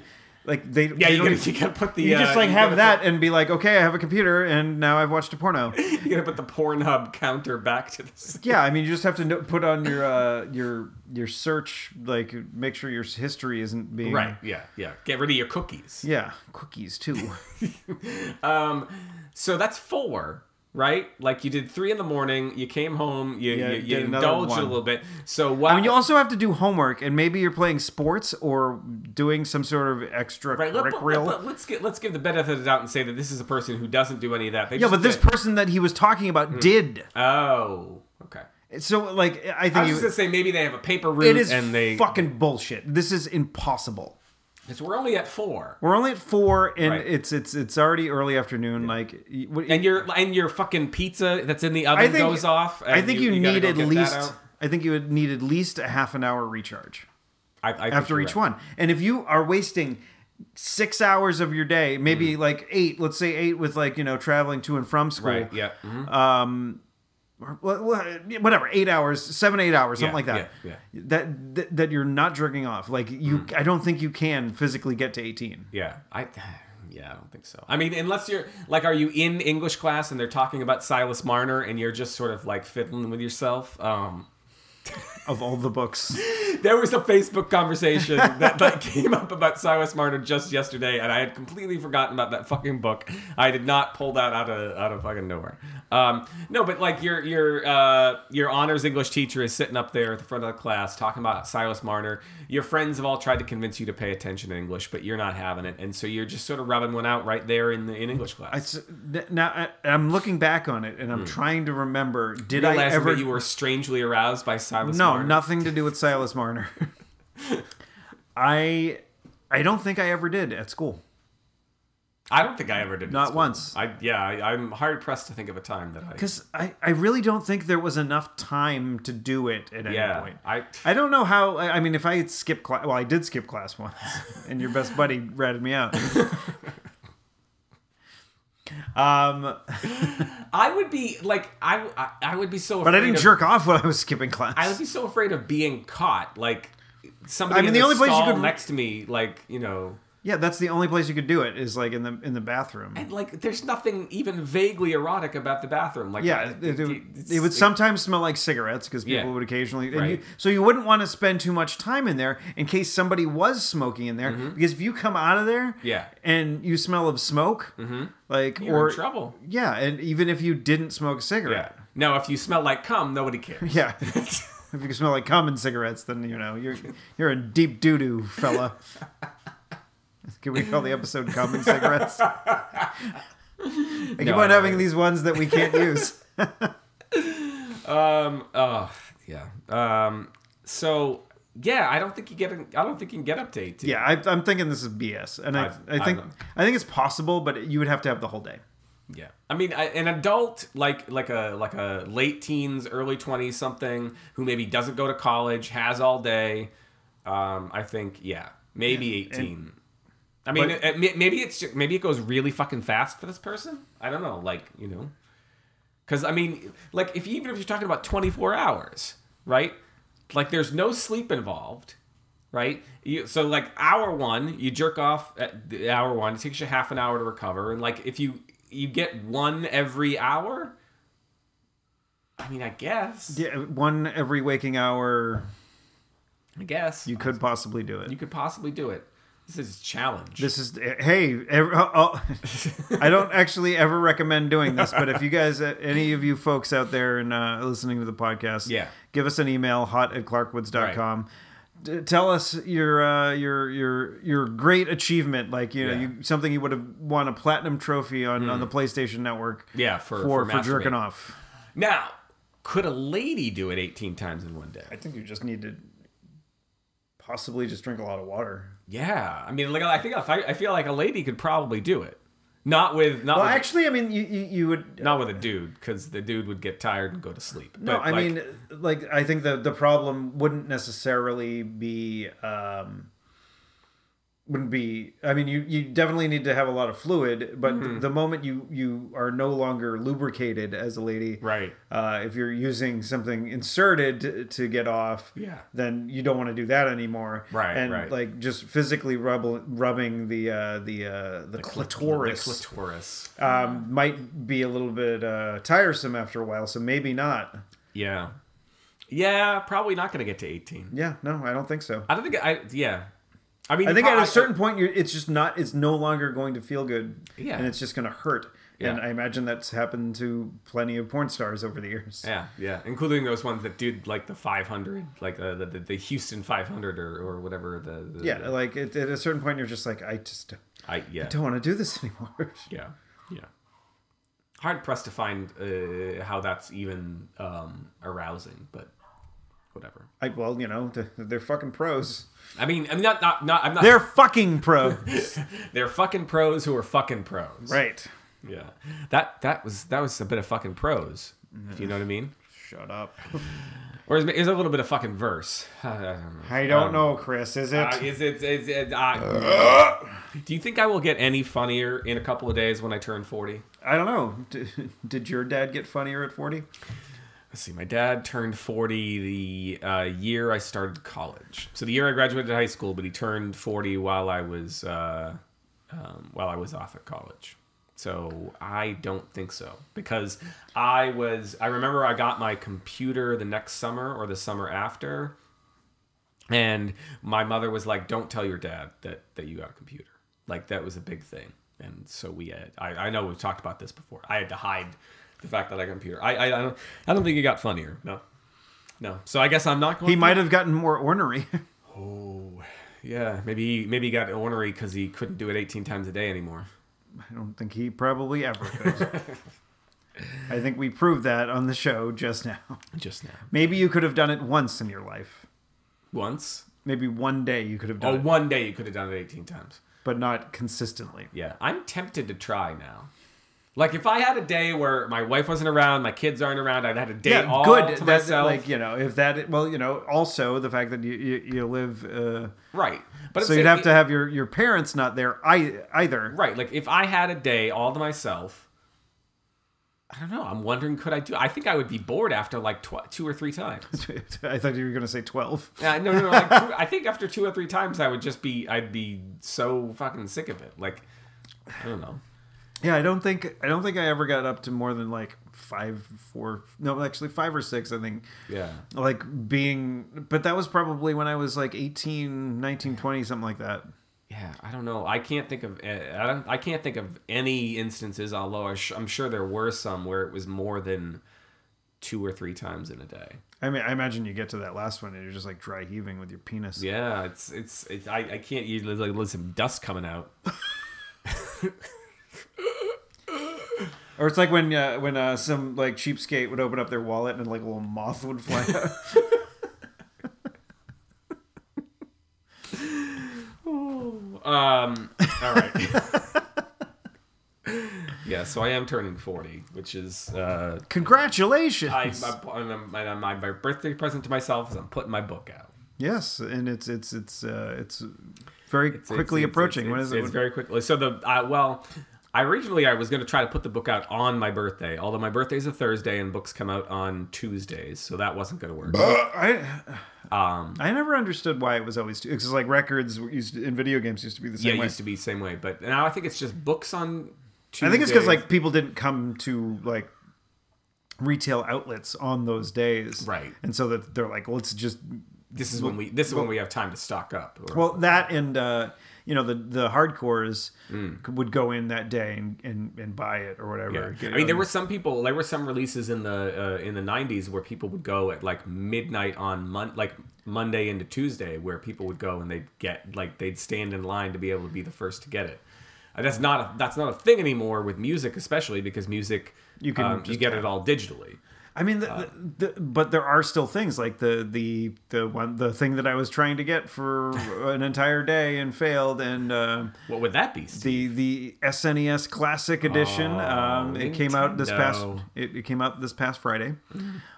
S2: like they
S1: Yeah,
S2: they
S1: you
S2: don't- e-
S1: gotta, you gotta put the
S2: you just
S1: uh,
S2: like
S1: gotta
S2: have that and be like, okay, I have a computer, and now I've watched a porno.
S1: Put, you gotta put the Pornhub counter back to the
S2: yeah, I mean, you just have to no- put on your uh, your your search, like make sure your history isn't being
S1: right. Yeah, yeah. Get rid of your cookies.
S2: Yeah, cookies too.
S1: Um, so that's four, right? Like you did three in the morning. You came home. You
S2: Yeah,
S1: you, you
S2: did another
S1: indulged
S2: one.
S1: a little bit. So what?
S2: I mean, you also have to do homework, and maybe you're playing sports or doing some sort of extra
S1: right, let, let,
S2: curricular.
S1: us get let's give the benefit of the doubt and say that this is a person who doesn't do any of that. They
S2: yeah,
S1: just
S2: but this
S1: did-
S2: person that he was talking
S1: Mm.
S2: about did.
S1: oh, okay.
S2: So, like, I
S1: I
S2: think
S1: was
S2: you,
S1: just gonna say maybe they have a paper route
S2: it is
S1: and they
S2: fucking bullshit. This is impossible.
S1: because we're only at four.
S2: We're only at four, and
S1: Right.
S2: it's it's it's already early afternoon. Like, y- what-
S1: And your and your fucking pizza that's in the
S2: I
S1: oven
S2: think
S1: goes off. And
S2: I think you,
S1: gotta
S2: need
S1: go
S2: at
S1: get that
S2: least.
S1: out.
S2: I think you would need at least a half an hour recharge.
S1: I, I think
S2: after
S1: you're
S2: each
S1: right.
S2: one. And if you are wasting six hours of your day, maybe
S1: Mm-hmm.
S2: like eight, let's say eight with like, you know, traveling to and from school,
S1: Right. Yeah. mhm.
S2: or wha- wha- whatever, eight hours, seven, eight hours, something
S1: Yeah,
S2: like that.
S1: yeah, Mm.
S2: That, that, that you're not jerking off. Like you, I don't think you can physically get to 18.
S1: Yeah, I. Yeah, I don't think so. I mean, unless you're like, are you in English class and they're talking about Silas Marner and you're just sort of like fiddling with yourself? Um,
S2: Of all the books.
S1: there was a Facebook conversation that like came up about Silas Marner just yesterday, and I had completely forgotten about that fucking book. I did not pull that out of out of fucking nowhere. Um, no, but like your your uh, your honors English teacher is sitting up there at the front of the class talking about Silas Marner. Your friends have all tried to convince you to pay attention to English, but you're not having it, and so you're just sort of rubbing one out right there in the in English class.
S2: It's, th- now I, I'm looking back on it and
S1: Hmm.
S2: I'm trying to remember, did I
S1: Realizing
S2: ever
S1: that you were strangely aroused by Silas
S2: No,
S1: Marner.
S2: nothing to do with Silas Marner. I I don't think I ever did at school.
S1: I don't think I ever did. in
S2: Not
S1: school.
S2: once.
S1: I yeah, I, I'm hard pressed to think of a time that I
S2: Because I, I really don't think there was enough time to do it at any
S1: Yeah,
S2: point.
S1: I
S2: I don't know how. I I mean, if I had skipped class, well, I did skip class once, and your best buddy ratted me out. um,
S1: I would be like I I, I would be so. Afraid
S2: but I didn't
S1: of,
S2: jerk off when I was skipping class.
S1: I would be so afraid of being caught. Like somebody.
S2: I mean,
S1: in
S2: the
S1: the,
S2: only place you
S1: stall
S2: could-
S1: next to me, like you know,
S2: yeah, that's the only place you could do it is like in the in the bathroom.
S1: and like there's nothing even vaguely erotic about the bathroom. Like
S2: Yeah,
S1: I-
S2: it, it,
S1: it's-
S2: it would sometimes smell like cigarettes because people
S1: Yeah.
S2: would occasionally. and
S1: Right.
S2: you- so you wouldn't want to spend too much time in there in case somebody was smoking in there because if you come out of there,
S1: Mm-hmm. Yeah. Mm-hmm.
S2: and you smell of smoke, like
S1: you're
S2: or
S1: in trouble.
S2: yeah, and even if you didn't smoke a cigarette,
S1: Now, if you smell like cum, nobody cares.
S2: yeah. If you smell like common cigarettes, then you know you're you're a deep doo doo fella. Can we call the episode "Common Cigarettes"? I keep
S1: No,
S2: on
S1: no,
S2: having
S1: I-
S2: these ones that we can't use.
S1: Um. Oh, yeah. Um. So yeah, I don't think you get. An, I don't think you can get update.
S2: Yeah, I, I'm thinking this is BS, and I,
S1: I-
S2: I think
S1: I-
S2: I, think it's possible, but you would have to have the whole day.
S1: Yeah, I mean, I, an adult like like a like a late teens, early twenties, something who maybe doesn't go to college, has all day. Um, I think yeah, maybe eighteen. I mean,
S2: but-
S1: it- it- maybe it's ju- maybe it goes really fucking fast for this person. I don't know, like you know, because I mean, like if even if you're talking about twenty four hours, right? Like there's no sleep involved right? You, so like hour one, you jerk off at the hour one. It takes you half an hour to recover, and like if you you get one every hour, I mean, I guess.
S2: Yeah, one every waking hour.
S1: I guess
S2: You could possibly do it.
S1: you could possibly do it. This is a challenge.
S2: This is eh, hey. ev- oh, oh. I don't actually ever recommend doing this, but if you guys, eh, any of you folks out there and uh, listening to the podcast,
S1: Yeah.
S2: give us an email hot at clarkwoods.com. D- Tell us your uh, your your your great achievement, like you know,
S1: Yeah. Hmm.
S2: you, something you would have won a platinum trophy on on the PlayStation Network
S1: yeah, for
S2: for
S1: for,
S2: for jerking
S1: masturbating.
S2: off.
S1: Now, could a lady do it 18 times in one day?
S2: I think you just need to possibly just drink a lot of water.
S1: Yeah, I mean, like I think if I, I feel like a lady could probably do it. Not with not
S2: Well,
S1: with,
S2: actually, I mean, you you, you would.
S1: not with a dude because the dude would get tired and go to sleep.
S2: No,
S1: But,
S2: I
S1: like,
S2: mean, like I think the the problem wouldn't necessarily be um wouldn't be I mean you you definitely need to have a lot of fluid but
S1: Mm-hmm.
S2: the moment you you are no longer lubricated as a lady
S1: right?
S2: uh if you're using something inserted to, to get off
S1: Yeah.
S2: then you don't want to do that anymore
S1: Right,
S2: and
S1: right.
S2: like just physically rubbing rubbing the uh the uh the, clitoris
S1: The clitoris.
S2: um, might be a little bit uh, tiresome after a while, so maybe not.
S1: Yeah, yeah, probably not gonna get to 18.
S2: Yeah, no, I don't think so.
S1: I don't think I. Yeah, I mean,
S2: I
S1: you
S2: think
S1: prob-
S2: at a certain point, you're, it's just not. It's no longer going to feel good,
S1: Yeah.
S2: and it's just going to hurt. And
S1: Yeah.
S2: I imagine that's happened to plenty of porn stars over the years.
S1: Yeah, yeah, including those ones that do like the 500, like uh, the the, the Houston 500 or, or whatever. The, the
S2: Yeah,
S1: the-
S2: like at, at a certain point, you're just like, I just
S1: I yeah
S2: don't want to do this anymore.
S1: yeah yeah. Hard pressed to find uh, how that's even um, arousing, but whatever.
S2: I well, you know, th- they're fucking pros.
S1: I mean, I'm not not not I'm not.
S2: They're fucking pros,
S1: They're fucking pros who are fucking pros.
S2: right?
S1: Yeah. That that was that was a bit of fucking prose. If you know what I mean.
S2: Shut up.
S1: Or is, is it a little bit of fucking verse? I don't know.
S2: I don't know, Chris. Is Um, it?
S1: Uh, is it? Is it uh, do you think I will get any funnier in a couple of days when I turn forty?
S2: I don't know. Did, did your dad get funnier at forty?
S1: Let's see. My dad turned forty the uh, year I started college. So the year I graduated high school, but he turned forty while I was uh, um, while I was off at college. So I don't think so because I was. I remember I got my computer the next summer or the summer after, and my mother was like, "Don't tell your dad that that you got a computer." Like that was a big thing, and so we had. I, I know we've talked about this before. I had to hide the fact that I got a computer. I I, I don't I don't think it got funnier. No, no. So I guess I'm not going.
S2: He
S1: to-
S2: might have gotten more ornery.
S1: Oh, yeah. Maybe maybe he got ornery because he couldn't do it 18 times a day anymore.
S2: I don't think he probably ever could. I think we proved that on the show just now.
S1: Just now.
S2: Maybe you could have done it once in your life.
S1: Once.
S2: Maybe one day you could have
S1: Oh,
S2: done it,
S1: one day you could have done it 18 times.
S2: but not consistently.
S1: Yeah. I'm tempted to try now. Like if I had a day where my wife wasn't around, my kids aren't around, I'd had a day all to
S2: That's
S1: myself.
S2: like you know, if that well, you know, also the fact that you you, you live, uh,
S1: right. But
S2: so you'd have to have your your parents not there I, either.
S1: Right. Like if I had a day all to myself, I don't know. I'm wondering could I do? I think I would be bored after like tw- two or three times.
S2: I thought you were going to say twelve.
S1: Uh, no, no, no. Like, two, I think after two or three times, I would just be, I'd be so fucking sick of it. Like, I don't know.
S2: Yeah, I don't think I don't think I ever got up to more than like five, four. No, actually five or six. I think
S1: Yeah.
S2: like being but that was probably when i was like 18 19 20 something like that
S1: Yeah, I don't know. I can't think of, uh, I don't, I can't think of any instances. Although I sh- I'm sure there were some where it was more than two or three times in a day.
S2: i mean i imagine you get to that last one and you're just like dry heaving with your penis
S1: Yeah, it's, it's, it's I, I can't usually like listen dust coming out.
S2: or it's like when uh, when uh, some like cheapskate would open up their wallet and like a little moth would fly out
S1: Um. All right. yeah. So I am turning forty, which is. uh
S2: congratulations
S1: I, I, I'm- my, my, my birthday present to myself is I'm putting my book out.
S2: yes and it's it's it's uh, it's very quickly
S1: It's- it's-
S2: approaching
S1: It's,
S2: when
S1: it's,
S2: is it
S1: it's very quickly. So the uh, well, I originally I was going to try to put the book out on my birthday, although my birthday's a Thursday and books come out on Tuesdays, so that wasn't going to work.
S2: I,
S1: Um,
S2: I never understood why it was always two because like records were used in video games used to be the
S1: yeah,
S2: same
S1: it
S2: way
S1: used to be the same way, but now I think it's just books on. Tuesdays.
S2: I think it's because like people didn't come to like retail outlets on those days.
S1: Right.
S2: And so that they're like, let's just
S1: This is when we this is when we have time to stock up. or-
S2: well that and uh, you know the the hardcores c- would go in that day and and, and buy it or whatever.
S1: Mm. Yeah.
S2: Get it
S1: I mean, there
S2: on-
S1: were some people. There were some releases in the uh, in the '90s where people would go at like midnight on mon- like Monday into Tuesday, where people would go and they'd get like they'd stand in line to be able to be the first to get it. Uh, that's not a, that's not a thing anymore with music, especially because music
S2: You can
S1: um, you
S2: just
S1: get it all digitally.
S2: I mean,
S1: uh,
S2: the, the, the, but there are still things like the the the one the thing that I was trying to get for an entire day and failed, and uh,
S1: What would that be? Steve? Oh,
S2: the the SNES Classic Edition. um, it came out this past
S1: Nintendo.
S2: it, it came out this past Friday,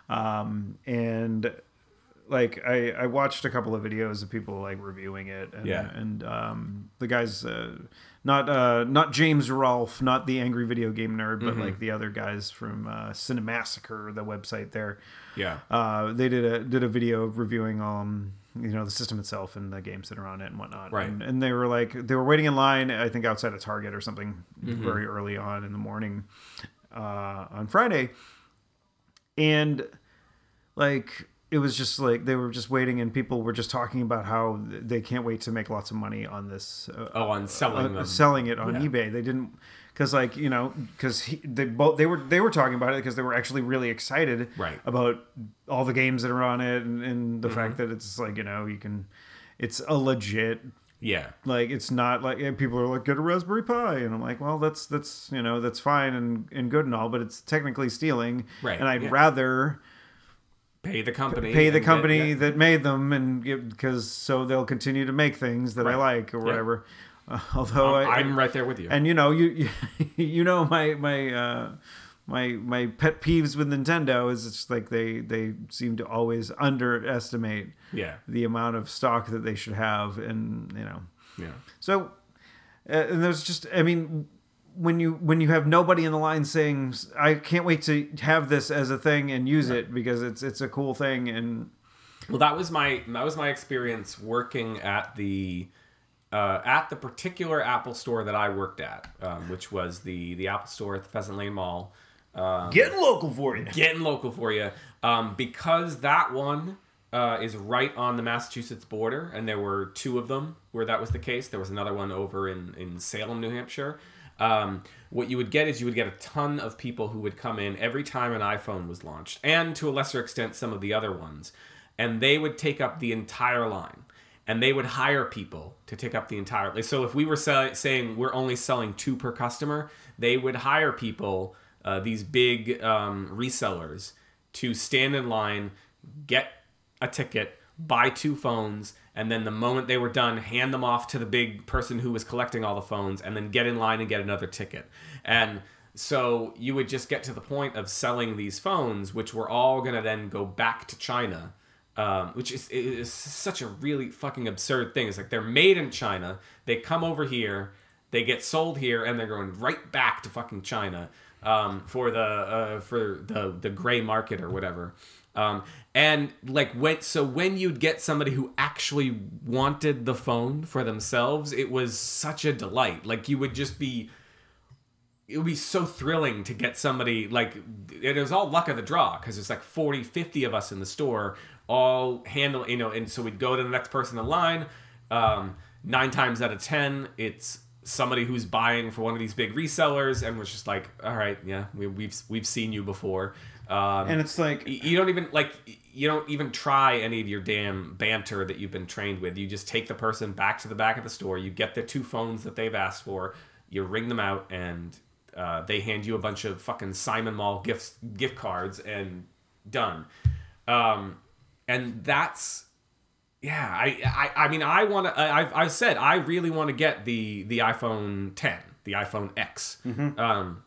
S2: um, and like I I watched a couple of videos of people like reviewing it, and,
S1: Yeah.
S2: and um, the guys. Uh, not uh, not James Rolfe, not the angry video game nerd,
S1: Mm-hmm.
S2: but like the other guys from uh, Cinemassacre, the website there.
S1: yeah.
S2: Uh, they did a did a video reviewing um you know the system itself and the games that are on it and whatnot.
S1: Right.
S2: And, and they were like they were waiting in line I think outside of Target or something very early on in the morning uh, on Friday, and like it was just like they were just waiting and people were just talking about how th- they can't wait to make lots of money on this uh,
S1: oh, on selling
S2: uh,
S1: them.
S2: selling it on
S1: Yeah.
S2: eBay. They didn't because like you know because they both they were they were talking about it because they were actually really excited
S1: Right.
S2: about all the games that are on it and, and the fact
S1: Mm-hmm.
S2: that it's like you know you can it's a legit
S1: yeah.
S2: like it's not like and people are like get a raspberry pi and i'm like well that's that's you know that's fine and and good and all but it's technically stealing
S1: Right,
S2: and i'd
S1: yeah.
S2: rather
S1: Pay the company.
S2: pay the
S1: and get-
S2: company
S1: yeah.
S2: that made them and because so they'll continue to make things that
S1: Right.
S2: i
S1: Um,
S2: like or whatever Uh, although I,
S1: I'm right there with you.
S2: and you know you you know my my uh my my pet peeves with Nintendo is it's like they they seem to always underestimate
S1: yeah.
S2: the amount of stock that they should have and you know
S1: Yeah.
S2: so uh, and there's just I mean when you when you have nobody in the line saying I can't wait to have this as a thing and use it because it's it's a cool thing and
S1: Well, that was my that was my experience working at the uh, at the particular Apple store that I worked at, um, which was the the Apple store at the Pheasant Lane Mall. Um,
S2: get local for you.
S1: getting local for you um, because that one uh, is right on the Massachusetts border, and there were two of them where that was the case. There was another one over in in Salem, New Hampshire. Um, what you would get is you would get a ton of people who would come in every time an iPhone was launched, and to a lesser extent some of the other ones, and they would take up the entire line. And they would hire people to take up the entire. So if we were sell- saying we're only selling two per customer, they would hire people uh, these big um, resellers to stand in line, get a ticket, buy two phones, and then the moment they were done, hand them off to the big person who was collecting all the phones, and then get in line and get another ticket. And so you would just get to the point of selling these phones, which were all going to then go back to China. Um, which is, is such a really fucking absurd thing. It's like they're made in China. They come over here they get sold here and they're going right back to fucking China um, for the uh, for the the gray market or whatever. Um, and like when so when you'd get somebody who actually wanted the phone for themselves, it was such a delight. Like you would just be it would be so thrilling to get somebody like it was all luck of the draw because it's like 40 50 of us in the store all handle you know and so we'd go to the next person in line um, nine times out of ten it's somebody who's buying for one of these big resellers and was just like all right yeah we, we've we've seen you before um,
S2: And it's like
S1: y- you don't even like y- you don't even try any of your damn banter that you've been trained with you just take the person back to the back of the store you get the two phones that they've asked for you ring them out and uh, they hand you a bunch of fucking simon mall gifts gift cards and done um, and that's yeah i i, I mean i want to i've i've said i really want to get the the iphone 10 the iphone x
S2: Mm-hmm.
S1: um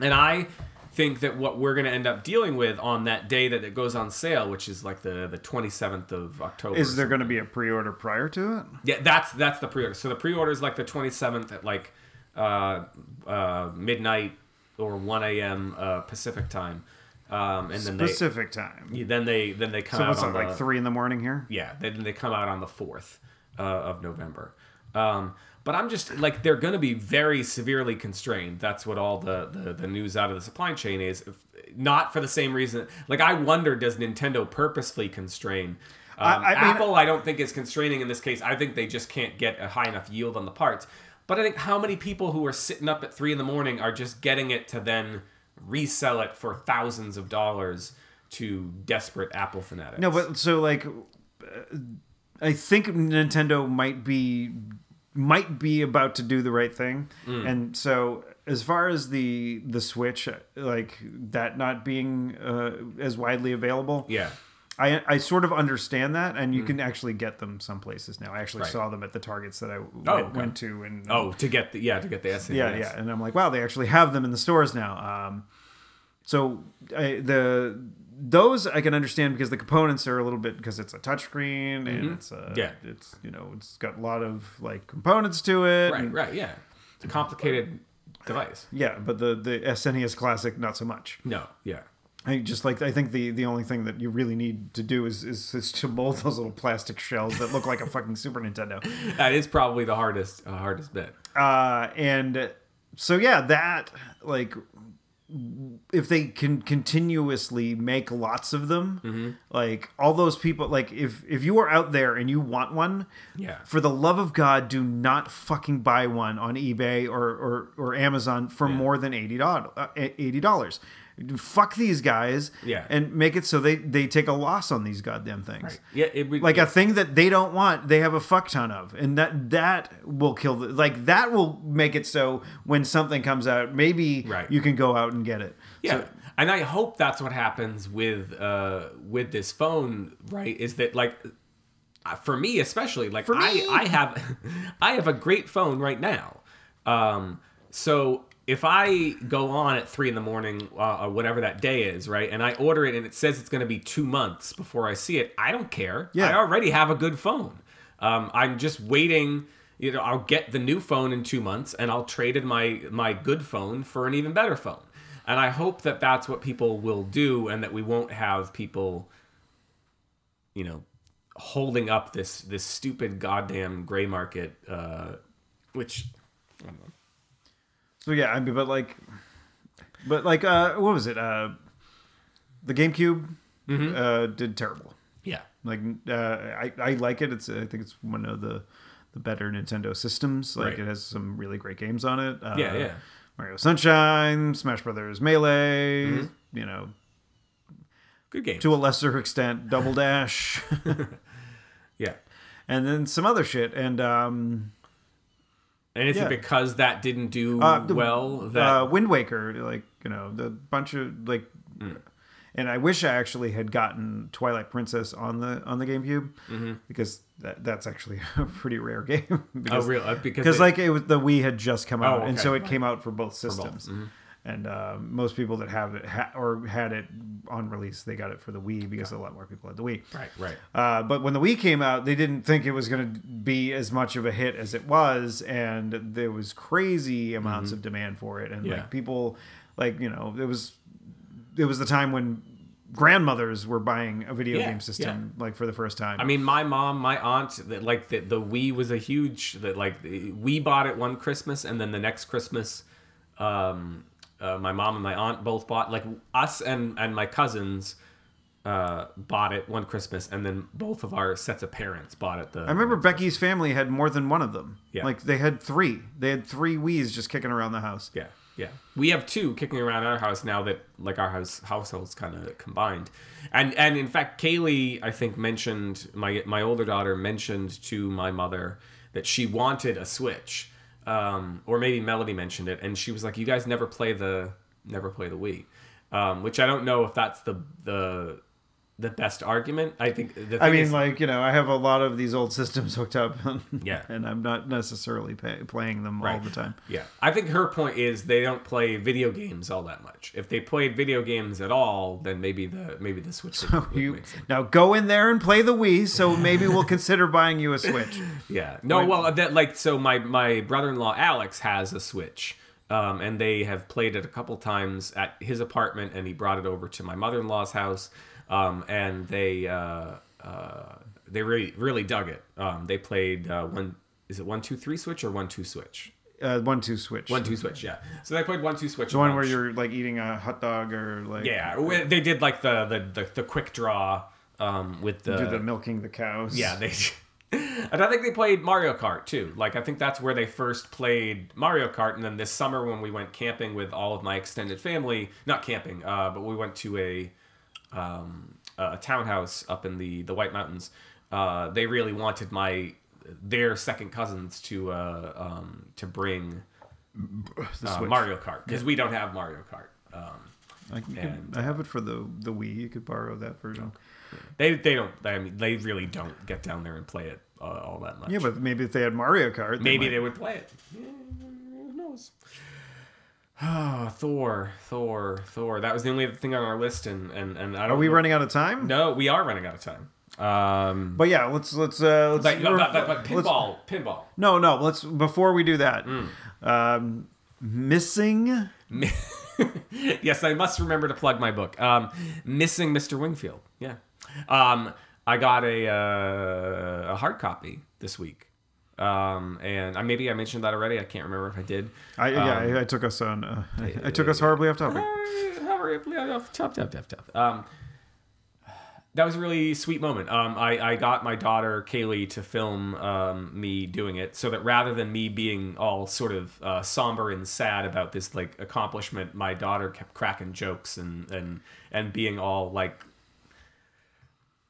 S1: and I think that what we're going to end up dealing with on that day that it goes on sale, which is like the the 27th of October.
S2: is there going to be a pre-order prior to it?
S1: Yeah, that's that's the pre-order. So the pre-order is like the 27th at like uh, uh, midnight or 1 a.m. Uh, Pacific time, um, and then they
S2: Pacific time.
S1: then they then they come
S2: So
S1: out
S2: what's
S1: on
S2: it
S1: the,
S2: like three in the morning here?
S1: yeah then they come out on the 4th uh, of november um, but i'm just like they're going to be very severely constrained that's what all the, the, the news out of the supply chain is If- not for the same reason. Like I wonder, does Nintendo purposefully constrain? Um,
S2: I mean-
S1: Apple, I don't think is constraining in this case. I think they just can't get a high enough yield on the parts. But I think how many people who are sitting up at three in the morning are just getting it to then resell it for thousands of dollars to desperate Apple fanatics.
S2: No, but so like, uh, I think Nintendo might be might be about to do the right thing,
S1: Hmm.
S2: and so as far as the the Switch, like that not being uh, as widely available,
S1: yeah. Hmm.
S2: I I sort of understand that, and you can actually get them some places now. I actually saw them at the Targets that I w- went,
S1: Oh, okay.
S2: went to, and
S1: Oh, to get the yeah to get the SNES.
S2: yeah, yeah. And I'm like, wow, they actually have them in the stores now. Um, so I, the those I can understand because the components are a little bit because it's a touchscreen and it's a,
S1: Mm-hmm. Yeah.
S2: it's you know it's got a lot of like components to it.
S1: Right,
S2: and-
S1: right, yeah. It's a complicated device.
S2: Yeah, but the the SNES Classic not so much.
S1: No, yeah.
S2: I just like I think the the only thing that you really need to do is is, is to mold those little plastic shells that look like a fucking Super Nintendo.
S1: That is probably the hardest uh, hardest bit.
S2: uh, and so yeah that like if they can continuously make lots of them like all those people like if if you are out there and you want one
S1: Yeah.
S2: for the love of god do not fucking buy one on ebay or or, or amazon for more than 80 dollars fuck these guys
S1: Yeah.
S2: and make it so they they take a loss on these goddamn things
S1: Yeah, it would
S2: like a thing that they don't want they have a fuck ton of and that that will kill the, like that will make it so when something comes out maybe
S1: Right.
S2: you can go out and get it
S1: Yeah, and I hope that's what happens with uh with this phone, right? Is that like uh, for me especially? Like
S2: me.
S1: I I have I have a great phone right now. Um, so if I go on at three in the morning uh, or whatever that day is, right, and I order it and it says it's going to be two months before I see it, I don't care.
S2: Yeah.
S1: I already have a good phone. Um, I'm just waiting. You know, I'll get the new phone in two months, and I'll trade in my my good phone for an even better phone. And I hope that that's what people will do, and that we won't have people, you know, holding up this this stupid goddamn gray market, uh, which
S2: so yeah i mean but like but like uh what was it uh the gamecube
S1: Mm-hmm.
S2: uh did terrible
S1: yeah,
S2: like uh i i like it it's i think it's one of the the better nintendo systems like
S1: Right.
S2: it has some really great games on it uh,
S1: Yeah, yeah.
S2: mario sunshine smash brothers melee
S1: Mm-hmm.
S2: you know
S1: good game.
S2: to a lesser extent double dash
S1: yeah,
S2: and then some other shit. And um,
S1: and is
S2: Yeah.
S1: it because that didn't do
S2: Uh, the-
S1: well that oh,
S2: uh, Wind Waker, like you know, the bunch of like. And I wish I actually had gotten Twilight Princess on the on the GameCube because that, that's actually a pretty rare game.
S1: oh
S2: because,
S1: real uh, because
S2: because
S1: it-
S2: like it was the Wii had just come out, and
S1: okay.
S2: so it came out for both systems. And uh, most people that have it ha- or had it on release, they got it for the Wii because a lot more people had the Wii.
S1: right right
S2: Uh, but when the Wii came out, they didn't think it was going to be as much of a hit as it was, and there was crazy amounts of demand for it, and
S1: Mm-hmm. Yeah.
S2: like people, like you know, it was it was the time when grandmothers were buying a video
S1: Yeah,
S2: game system like for the first time.
S1: I mean, my mom, my aunt, that like the, the Wii was a huge that like the- we bought it one Christmas, and then the next Christmas, um, uh, my mom and my aunt both bought like us and and my cousins uh, bought it one Christmas, and then both of our sets of parents bought it. The
S2: I remember Becky's family had more than one of them.
S1: Yeah.
S2: Like they had three. They had three Wii's just kicking around the house.
S1: yeah, yeah. We have two kicking around our house now that like our house households kind of combined, and and in fact, Kaylee I think mentioned my my older daughter mentioned to my mother that she wanted a Switch, um, or maybe Melody mentioned it, and she was like, "You guys never play the never play the Wii," um, which I don't know if that's the the the best argument. I think the thing
S2: I mean,
S1: is-
S2: like you know, I have a lot of these old systems hooked up,
S1: Yeah.
S2: and I'm not necessarily pay, playing them all
S1: Right.
S2: the time.
S1: Yeah, I think her point is they don't play video games all that much. If they played video games at all, then maybe the maybe the Switch. would- would
S2: You
S1: make sense.
S2: now go in there and play the Wii, so maybe we'll consider buying you a Switch.
S1: Yeah. No. Well, that like so my my brother in law Alex has a Switch, um, and they have played it a couple times at his apartment, and he brought it over to my mother in law's house, um, and they uh, uh, they really really dug it. Um, they played uh, one is it one two three switch or one two switch?
S2: Uh, one two switch.
S1: One two switch, yeah. So they played one two switch.
S2: The one where you're like eating a hot dog or like
S1: yeah, we- they did like the the the, the quick draw um, with the,
S2: do the milking the cows.
S1: yeah they. And I think they played Mario Kart too. Like I think that's where they first played Mario Kart, and then this summer when we went camping with all of my extended family, not camping, uh, but we went to a um, a townhouse up in the the White Mountains. Uh, they really wanted my their second cousins to uh, um, to bring
S2: the
S1: uh,
S2: Switch.
S1: Mario Kart because we don't have Mario Kart. Um,
S2: I, can-
S1: And,
S2: I have it for the the Wii. You could borrow that version.
S1: they they don't. I mean, they really don't get down there and play it uh, all that much.
S2: Yeah, but maybe if they had Mario Kart,
S1: maybe
S2: might-
S1: they would play it. Yeah, who knows? Ah, Thor, Thor, Thor. That was the only other thing on our list, and and and I don't.
S2: are we running out of time.
S1: No, we are running out of time. Um,
S2: But yeah, let's let's uh, let's
S1: but, but, but, but,
S2: let's-
S1: pinball, Mm. pinball.
S2: No, no. Let's before we do that. Um, missing.
S1: yes, I must remember to plug my book. Um, Missing Mr. Wingfield. Yeah. Um, I got a, uh, a hard copy this week. Um, and I, maybe I mentioned that already. I can't remember if I did.
S2: I
S1: Um,
S2: yeah. I, I took us on. Uh, I, I took us horribly off topic.
S1: Uh, hurry up, yeah, yeah, Tough, tough, tough, tough. Um, that was a really sweet moment. Um, I, I got my daughter Kaylee to film um, me doing it, so that rather than me being all sort of uh, somber and sad about this like accomplishment, my daughter kept cracking jokes and and and being all like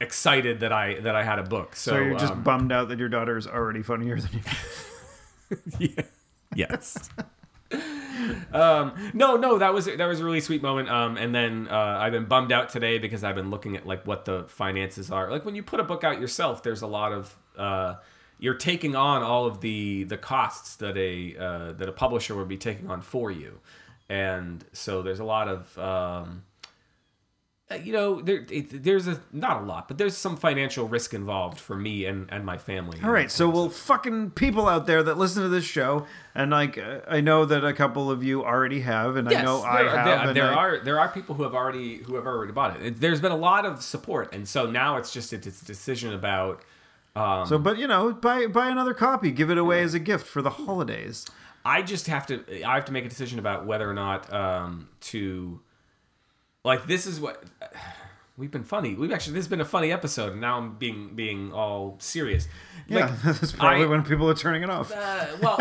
S1: excited that I that I had a book. So,
S2: So you're just
S1: um,
S2: bummed out that your daughter is already funnier than you.
S1: yeah. yes. um, no, no, that was that was a really sweet moment. Um, and then uh, I've been bummed out today because I've been looking at like what the finances are. Like when you put a book out yourself, there's a lot of uh, you're taking on all of the the costs that a uh, that a publisher would be taking on for you, and so there's a lot of um, uh, you know there it, there's a not a lot, but there's some financial risk involved for me and and my family.
S2: All right, so well, fucking people out there that listen to this show, and like uh, I know that a couple of you already have, and I know I
S1: there,
S2: have. uh,
S1: There,
S2: and
S1: there
S2: I-
S1: are there are people who have already who have already bought it. It- There's been a lot of support, and so now it's just a dis- decision about. Um,
S2: So, but you know, buy buy another copy, give it away as a gift for the holidays.
S1: I just have to I have to make a decision about whether or not um, to. Like this is what we've been funny. We've actually this has been a funny episode, and now I'm being being all serious.
S2: Yeah,
S1: Like,
S2: that's probably
S1: I-
S2: when people are turning it off.
S1: Uh, well,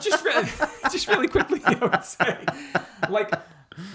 S1: just re- just really quickly, I would say, like.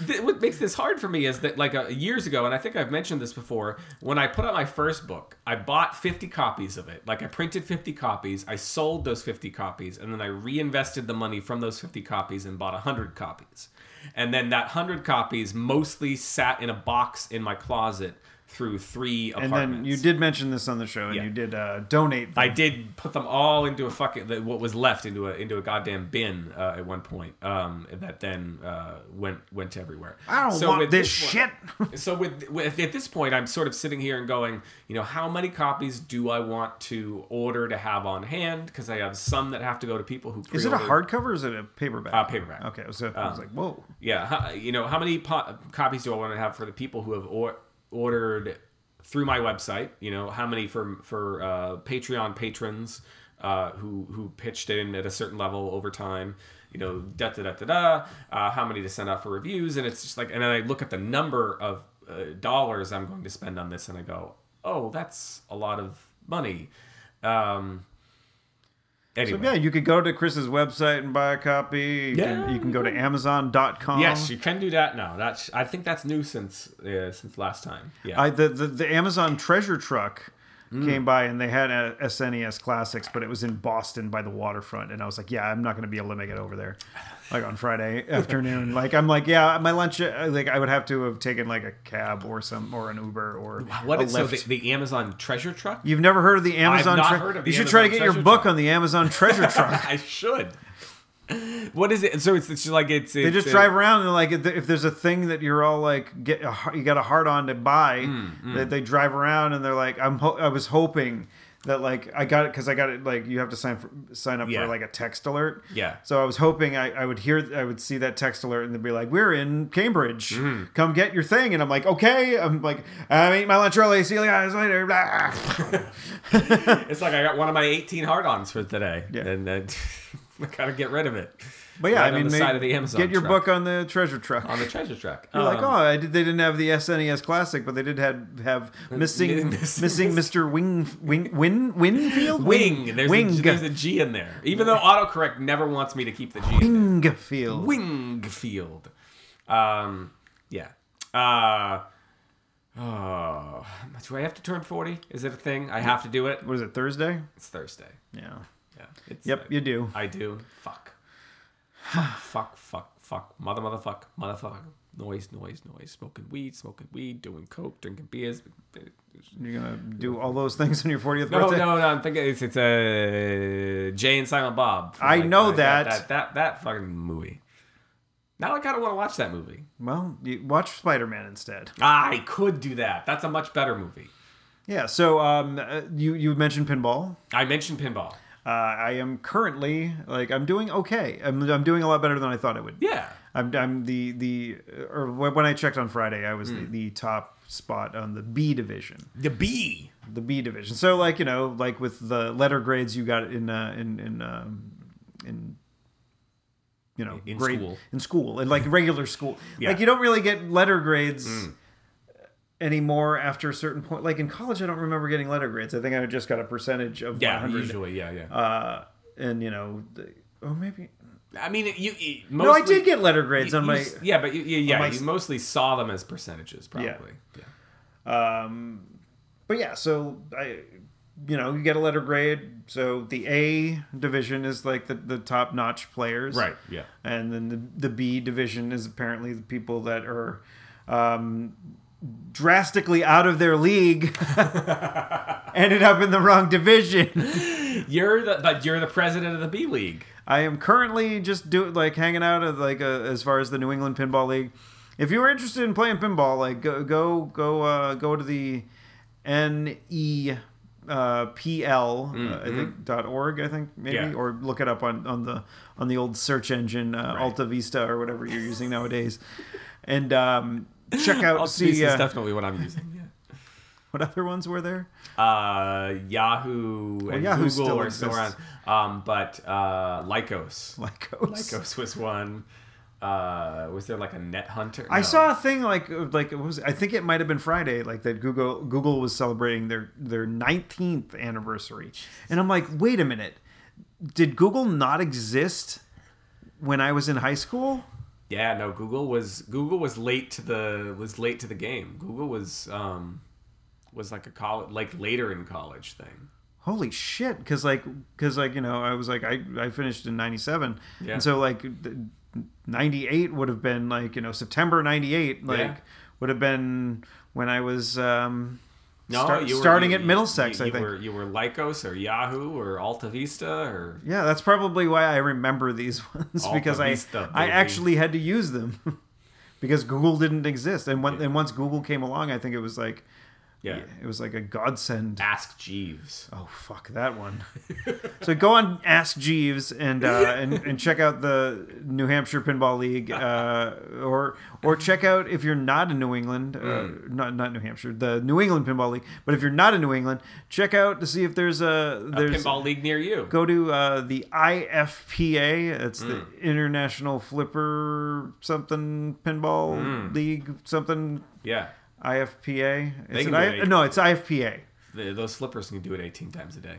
S1: Th- what makes this hard for me is that like uh, years ago and i think i've mentioned this before when i put out my first book i bought 50 copies of it like i printed 50 copies i sold those 50 copies and then i reinvested the money from those 50 copies and bought 100 copies and then that 100 copies mostly sat in a box in my closet through three
S2: and
S1: apartments
S2: then you did mention this on the show, and
S1: Yeah.
S2: you did uh, donate.
S1: I did put them all into a fucking the- what was left into a into a goddamn bin uh, at one point. Um, that then uh, went went everywhere.
S2: I don't
S1: So
S2: want
S1: with
S2: this,
S1: one-
S2: shit.
S1: so with, with at this point i'm sort of sitting here and going you know how many copies do i want to order to have on hand because i have some that have to go to people who
S2: Is it a
S1: pre-ordered-
S2: hardcover or is it a paperback?
S1: Uh, paperback.
S2: Okay, so I was like, whoa.
S1: yeah how, you know how many po- copies do i want to have for the people who have or- ordered through my website you know how many for for uh, patreon patrons uh, who who pitched in at a certain level over time you know da da da da da uh, how many to send out for reviews and it's just like and then i look at the number of uh, dollars i'm going to spend on this and i go oh that's a lot of money um anyway
S2: Yeah, you could go to Chris's website and buy a copy. You,
S1: Yeah,
S2: can, you can
S1: you
S2: go to Amazon.com.
S1: Yes, you can do that now. That's I think that's new since uh, since last time. Yeah,
S2: I, the, the the Amazon treasure truck came by and they had a SNES classics, but it was in Boston by the waterfront, and I was like, yeah, I'm not going to be able to make it over there, like on Friday afternoon. Like I'm like, yeah, my lunch, uh, like I would have to have taken like a cab or some or an Uber or
S1: what
S2: a
S1: is so
S2: Lyft.
S1: the, the Amazon treasure truck?
S2: You've never heard of the Amazon?
S1: not
S2: tre-
S1: heard of
S2: you
S1: the
S2: should try to
S1: Amazon
S2: get your
S1: treasure
S2: book
S1: truck.
S2: on the Amazon treasure truck.
S1: I should. What is it? So it's, it's like it's, uh,
S2: They just drive around and like if there- if there's a thing that you're all like get a, har- you got a hard on to buy,
S1: Mm,
S2: that they drive around and they're like I'm ho- I was hoping that like I got it because I got it like you have to sign for, sign up
S1: Yeah.
S2: for like a text alert.
S1: Yeah.
S2: So I was hoping I, I would hear I would see that text alert and they'd be like we're in Cambridge,
S1: Mm.
S2: come get your thing and I'm like okay I'm like I'm eating my lunch early see you guys later. Blah.
S1: It's like I got one of my eighteen hard-ons for today,
S2: Yeah.
S1: and uh, gotta get rid of it.
S2: But yeah,
S1: Right
S2: I mean,
S1: on the
S2: maybe
S1: side of the Amazon.
S2: get your
S1: truck.
S2: book on the treasure truck.
S1: on the treasure truck.
S2: You're like,
S1: Um,
S2: oh, I did, they didn't have the SNES Classic, but they did have have missing
S1: missing-
S2: missing Mr. Wing Wing Win Winfield
S1: Wing. There's,
S2: Wing
S1: A, G- there's a G in there. Even though autocorrect never wants me to keep the G. in there.
S2: Wingfield.
S1: Wingfield. Um, yeah. Uh, oh, do I have to turn 40? Is it a thing? I have to do it.
S2: What is it Thursday?
S1: It's Thursday.
S2: Yeah.
S1: Yeah. It's,
S2: Yep, you do.
S1: I do. Fuck. fuck, fuck, fuck. Mother, motherfuck, motherfucker. Noise, noise, noise. Smoking weed, smoking weed, doing coke, drinking beers.
S2: You're gonna do all those things on your 40th
S1: No,
S2: birthday.
S1: no, no. I'm thinking it's it's uh, Jay and Silent Bob. from,
S2: I know
S1: uh,
S2: that.
S1: that that that fucking movie. Now I kind of want to watch that movie.
S2: Well, you watch Spider Man instead.
S1: Ah, I could do that. That's a much better movie.
S2: Yeah. So um, uh, you you mentioned pinball.
S1: I mentioned pinball.
S2: Uh, I am currently like I'm doing okay. I'm I'm doing a lot better than I thought I would.
S1: Yeah.
S2: I'm, I'm the the or when I checked on Friday, I was
S1: Hmm.
S2: the, the top spot on the B division.
S1: The B.
S2: the B division. So like you know, like with the letter grades you got in uh, in in um, in you know
S1: In
S2: grade,
S1: school.
S2: in school and like regular school.
S1: Yeah. Mm.
S2: Like you don't really get letter grades. Anymore after a certain point, like in college, I don't remember getting letter grades. I think I just got a percentage of
S1: Yeah,
S2: 100,
S1: usually, yeah, yeah.
S2: uh, and you know, the, oh maybe
S1: I mean, you, you mostly,
S2: no, I did get letter grades
S1: you-
S2: on
S1: you
S2: my
S1: s- yeah, but you, you, yeah,
S2: my
S1: you
S2: s-
S1: mostly saw them as percentages, probably. Yeah.
S2: Um, but yeah, so I, you know, you get a letter grade. So the A division is like the, the top notch players,
S1: Right. Yeah.
S2: And then the the B division is apparently the people that are um, drastically out of their league, ended up in the wrong division.
S1: You're the but you're the president of the B League.
S2: I am currently just do like hanging out at like uh as far as the New England Pinball League. If you were interested in playing pinball, like go go go uh, go to the N E uh, P L uh, I think dot org I think maybe
S1: Mm-hmm. Yeah.
S2: or look it up on, on the on the old search engine uh,
S1: Right.
S2: Alta Vista or whatever you're using nowadays, and um, check out
S1: I'll
S2: see uh,
S1: definitely what I'm using. Yeah.
S2: what other ones were there.
S1: uh, Yahoo and
S2: Yahoo
S1: Google
S2: still
S1: are still around.
S2: exists.
S1: Um, but uh, Lycos.
S2: Lycos.
S1: Lycos was one. Uh, was there like a net hunter?
S2: I
S1: No.
S2: saw a thing like like it was I think it might have been Friday like that Google Google was celebrating their their 19th anniversary. And I'm like, "Wait a minute. Did Google not exist when I was in high school?"
S1: Yeah, no. Google was Google was late to the was late to the game. Google was um was like a college like later in college thing.
S2: Holy shit, cuz like cuz like, you know, I was like I I finished in 97.
S1: Yeah.
S2: And so like th- 98 would have been like, you know, September 98 like
S1: Yeah.
S2: would have been when I was um
S1: No,
S2: start-
S1: you were,
S2: starting
S1: you-
S2: at Middlesex,
S1: you,
S2: I
S1: you
S2: think.
S1: Were, you were Lycos or Yahoo or Alta Vista or
S2: Yeah, that's probably why I remember these ones
S1: Alta
S2: because I
S1: Vista,
S2: I
S1: baby.
S2: actually had to use them because Google didn't exist. And when, and once Google came along, I think it was like
S1: yeah.
S2: it was like a godsend.
S1: Ask Jeeves.
S2: Oh fuck that one. so go on Ask Jeeves and uh, and and check out the New Hampshire Pinball League uh, or or check out if you're not in New England, uh,
S1: Mm.
S2: not not New Hampshire, the New England Pinball League. But if you're not in New England, check out to see if there's a there's
S1: Pinball league near you.
S2: go to uh, the IFPA. It's the International Flipper something Pinball League something
S1: Yeah,
S2: IFPA. Is
S1: can do
S2: it I-
S1: it.
S2: no, it's IFPA.
S1: Th those flippers can do it 18 times a day.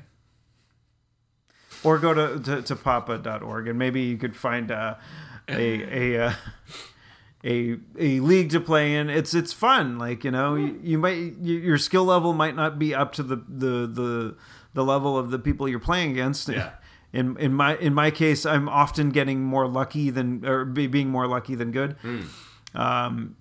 S2: Or go to, to, to papa.org and maybe you could find uh, a a. Uh, a, a league to play in it's it's fun like you know you, you might you, your skill level might not be up to the the the, the level of the people you're playing against
S1: Yeah.
S2: in in my in my case i'm often getting more lucky than or be, being more lucky than good um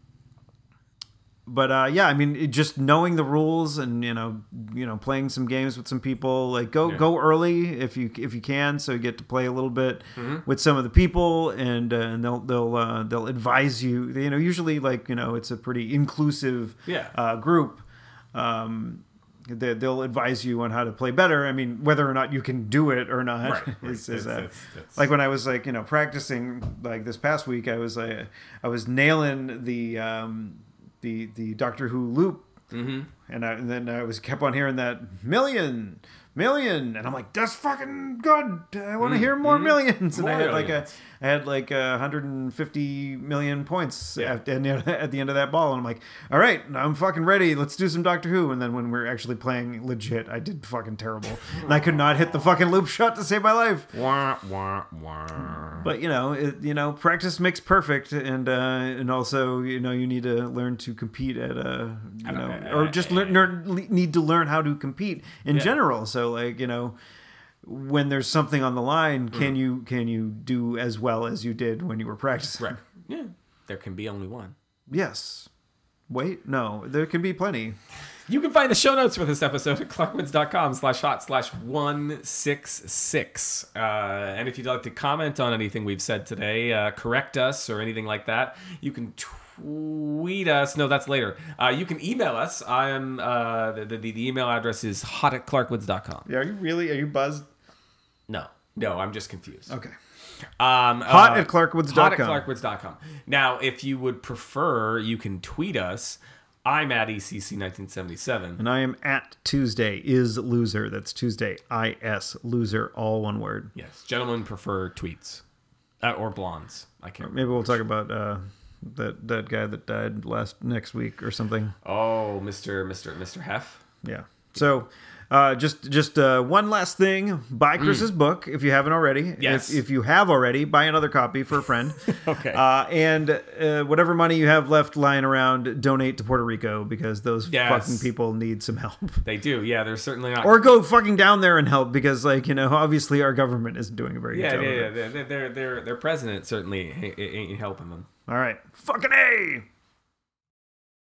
S2: but uh, yeah, I mean, it- just knowing the rules and you know, you know, playing some games with some people, like go
S1: Yeah.
S2: go early if you if you can, so you get to play a little bit
S1: Mm-hmm.
S2: with some of the people, and uh, and they'll they'll uh, they'll advise you. You know, usually like you know, it's a pretty inclusive
S1: Yeah.
S2: uh, group. Um, they, they'll advise you on how to play better. I mean, whether or not you can do it or not
S1: Right, right.
S2: is, is
S1: That's-
S2: uh,
S1: that's- that's-
S2: like when I was like you know practicing like this past week, I was
S1: Mm-hmm.
S2: like I was nailing the um, the the Doctor Who loop. and, I, and then I was kept on hearing that million, million, and I'm like, that's fucking good. I want to hear more millions. And I
S1: Mm-hmm. More
S2: had like a,
S1: millions.
S2: I had like a 150 million points
S1: Yeah.
S2: at, and, you know, at the end of that ball, and I'm like, all right, I'm fucking ready. Let's do some Doctor Who. And then when we we're actually playing legit, I did fucking terrible, and I could not hit the fucking loop shot to save my life.
S1: Wah, wah, wah.
S2: But you know, it, you know, practice makes perfect, and uh, and also you know you need to learn to compete at a you know,
S1: know,
S2: or just learn learn- le- need to learn how to compete in general. So like you know, when there's something on the line, can you can you do as well as you did when you were practicing?
S1: Right. Yeah. There can be only one.
S2: Yes. Wait, no, there can be plenty.
S1: You can find the show notes for this episode at clockwoods.com slash hot slash 166. Uh, and if you'd like to comment on anything we've said today, uh, correct us or anything like that, you can tweet us. No, that's later. Uh, you can email us. I am uh, the, the, the email address is hot at clarkwoods.com.
S2: Yeah, are you really? Are you buzzed?
S1: No. No, I'm just confused.
S2: Okay.
S1: Um,
S2: Hot
S1: uh,
S2: at clarkwoods.com.
S1: hot at clarkwoods.com. Now, if you would prefer, you can tweet us. I'm at E ECC1977.
S2: And I am at Tuesday is loser. That's Tuesday. I S loser, all one word.
S1: Yes, gentlemen prefer tweets uh, or blondes. I can't. Remember.
S2: Maybe we'll talk about uh, that that guy that died last next week or something.
S1: Oh, Mister Mister Mister Hef.
S2: Yeah. So, uh, just just uh, one last thing: buy Chris's book if you haven't already.
S1: Mm. Yes.
S2: If, if you have already, buy another copy for a friend.
S1: Okay.
S2: Uh, and uh, whatever money you have left lying around, donate to Puerto Rico because those
S1: Yes.
S2: fucking people need some help.
S1: They do. Yeah, they're certainly not.
S2: Or go fucking down there and help because, like you know, obviously our government isn't doing a very good
S1: yeah,
S2: job.
S1: yeah,
S2: of
S1: yeah.
S2: it.
S1: Their their their their president certainly ain't- ain't helping them.
S2: All right. Fucking a.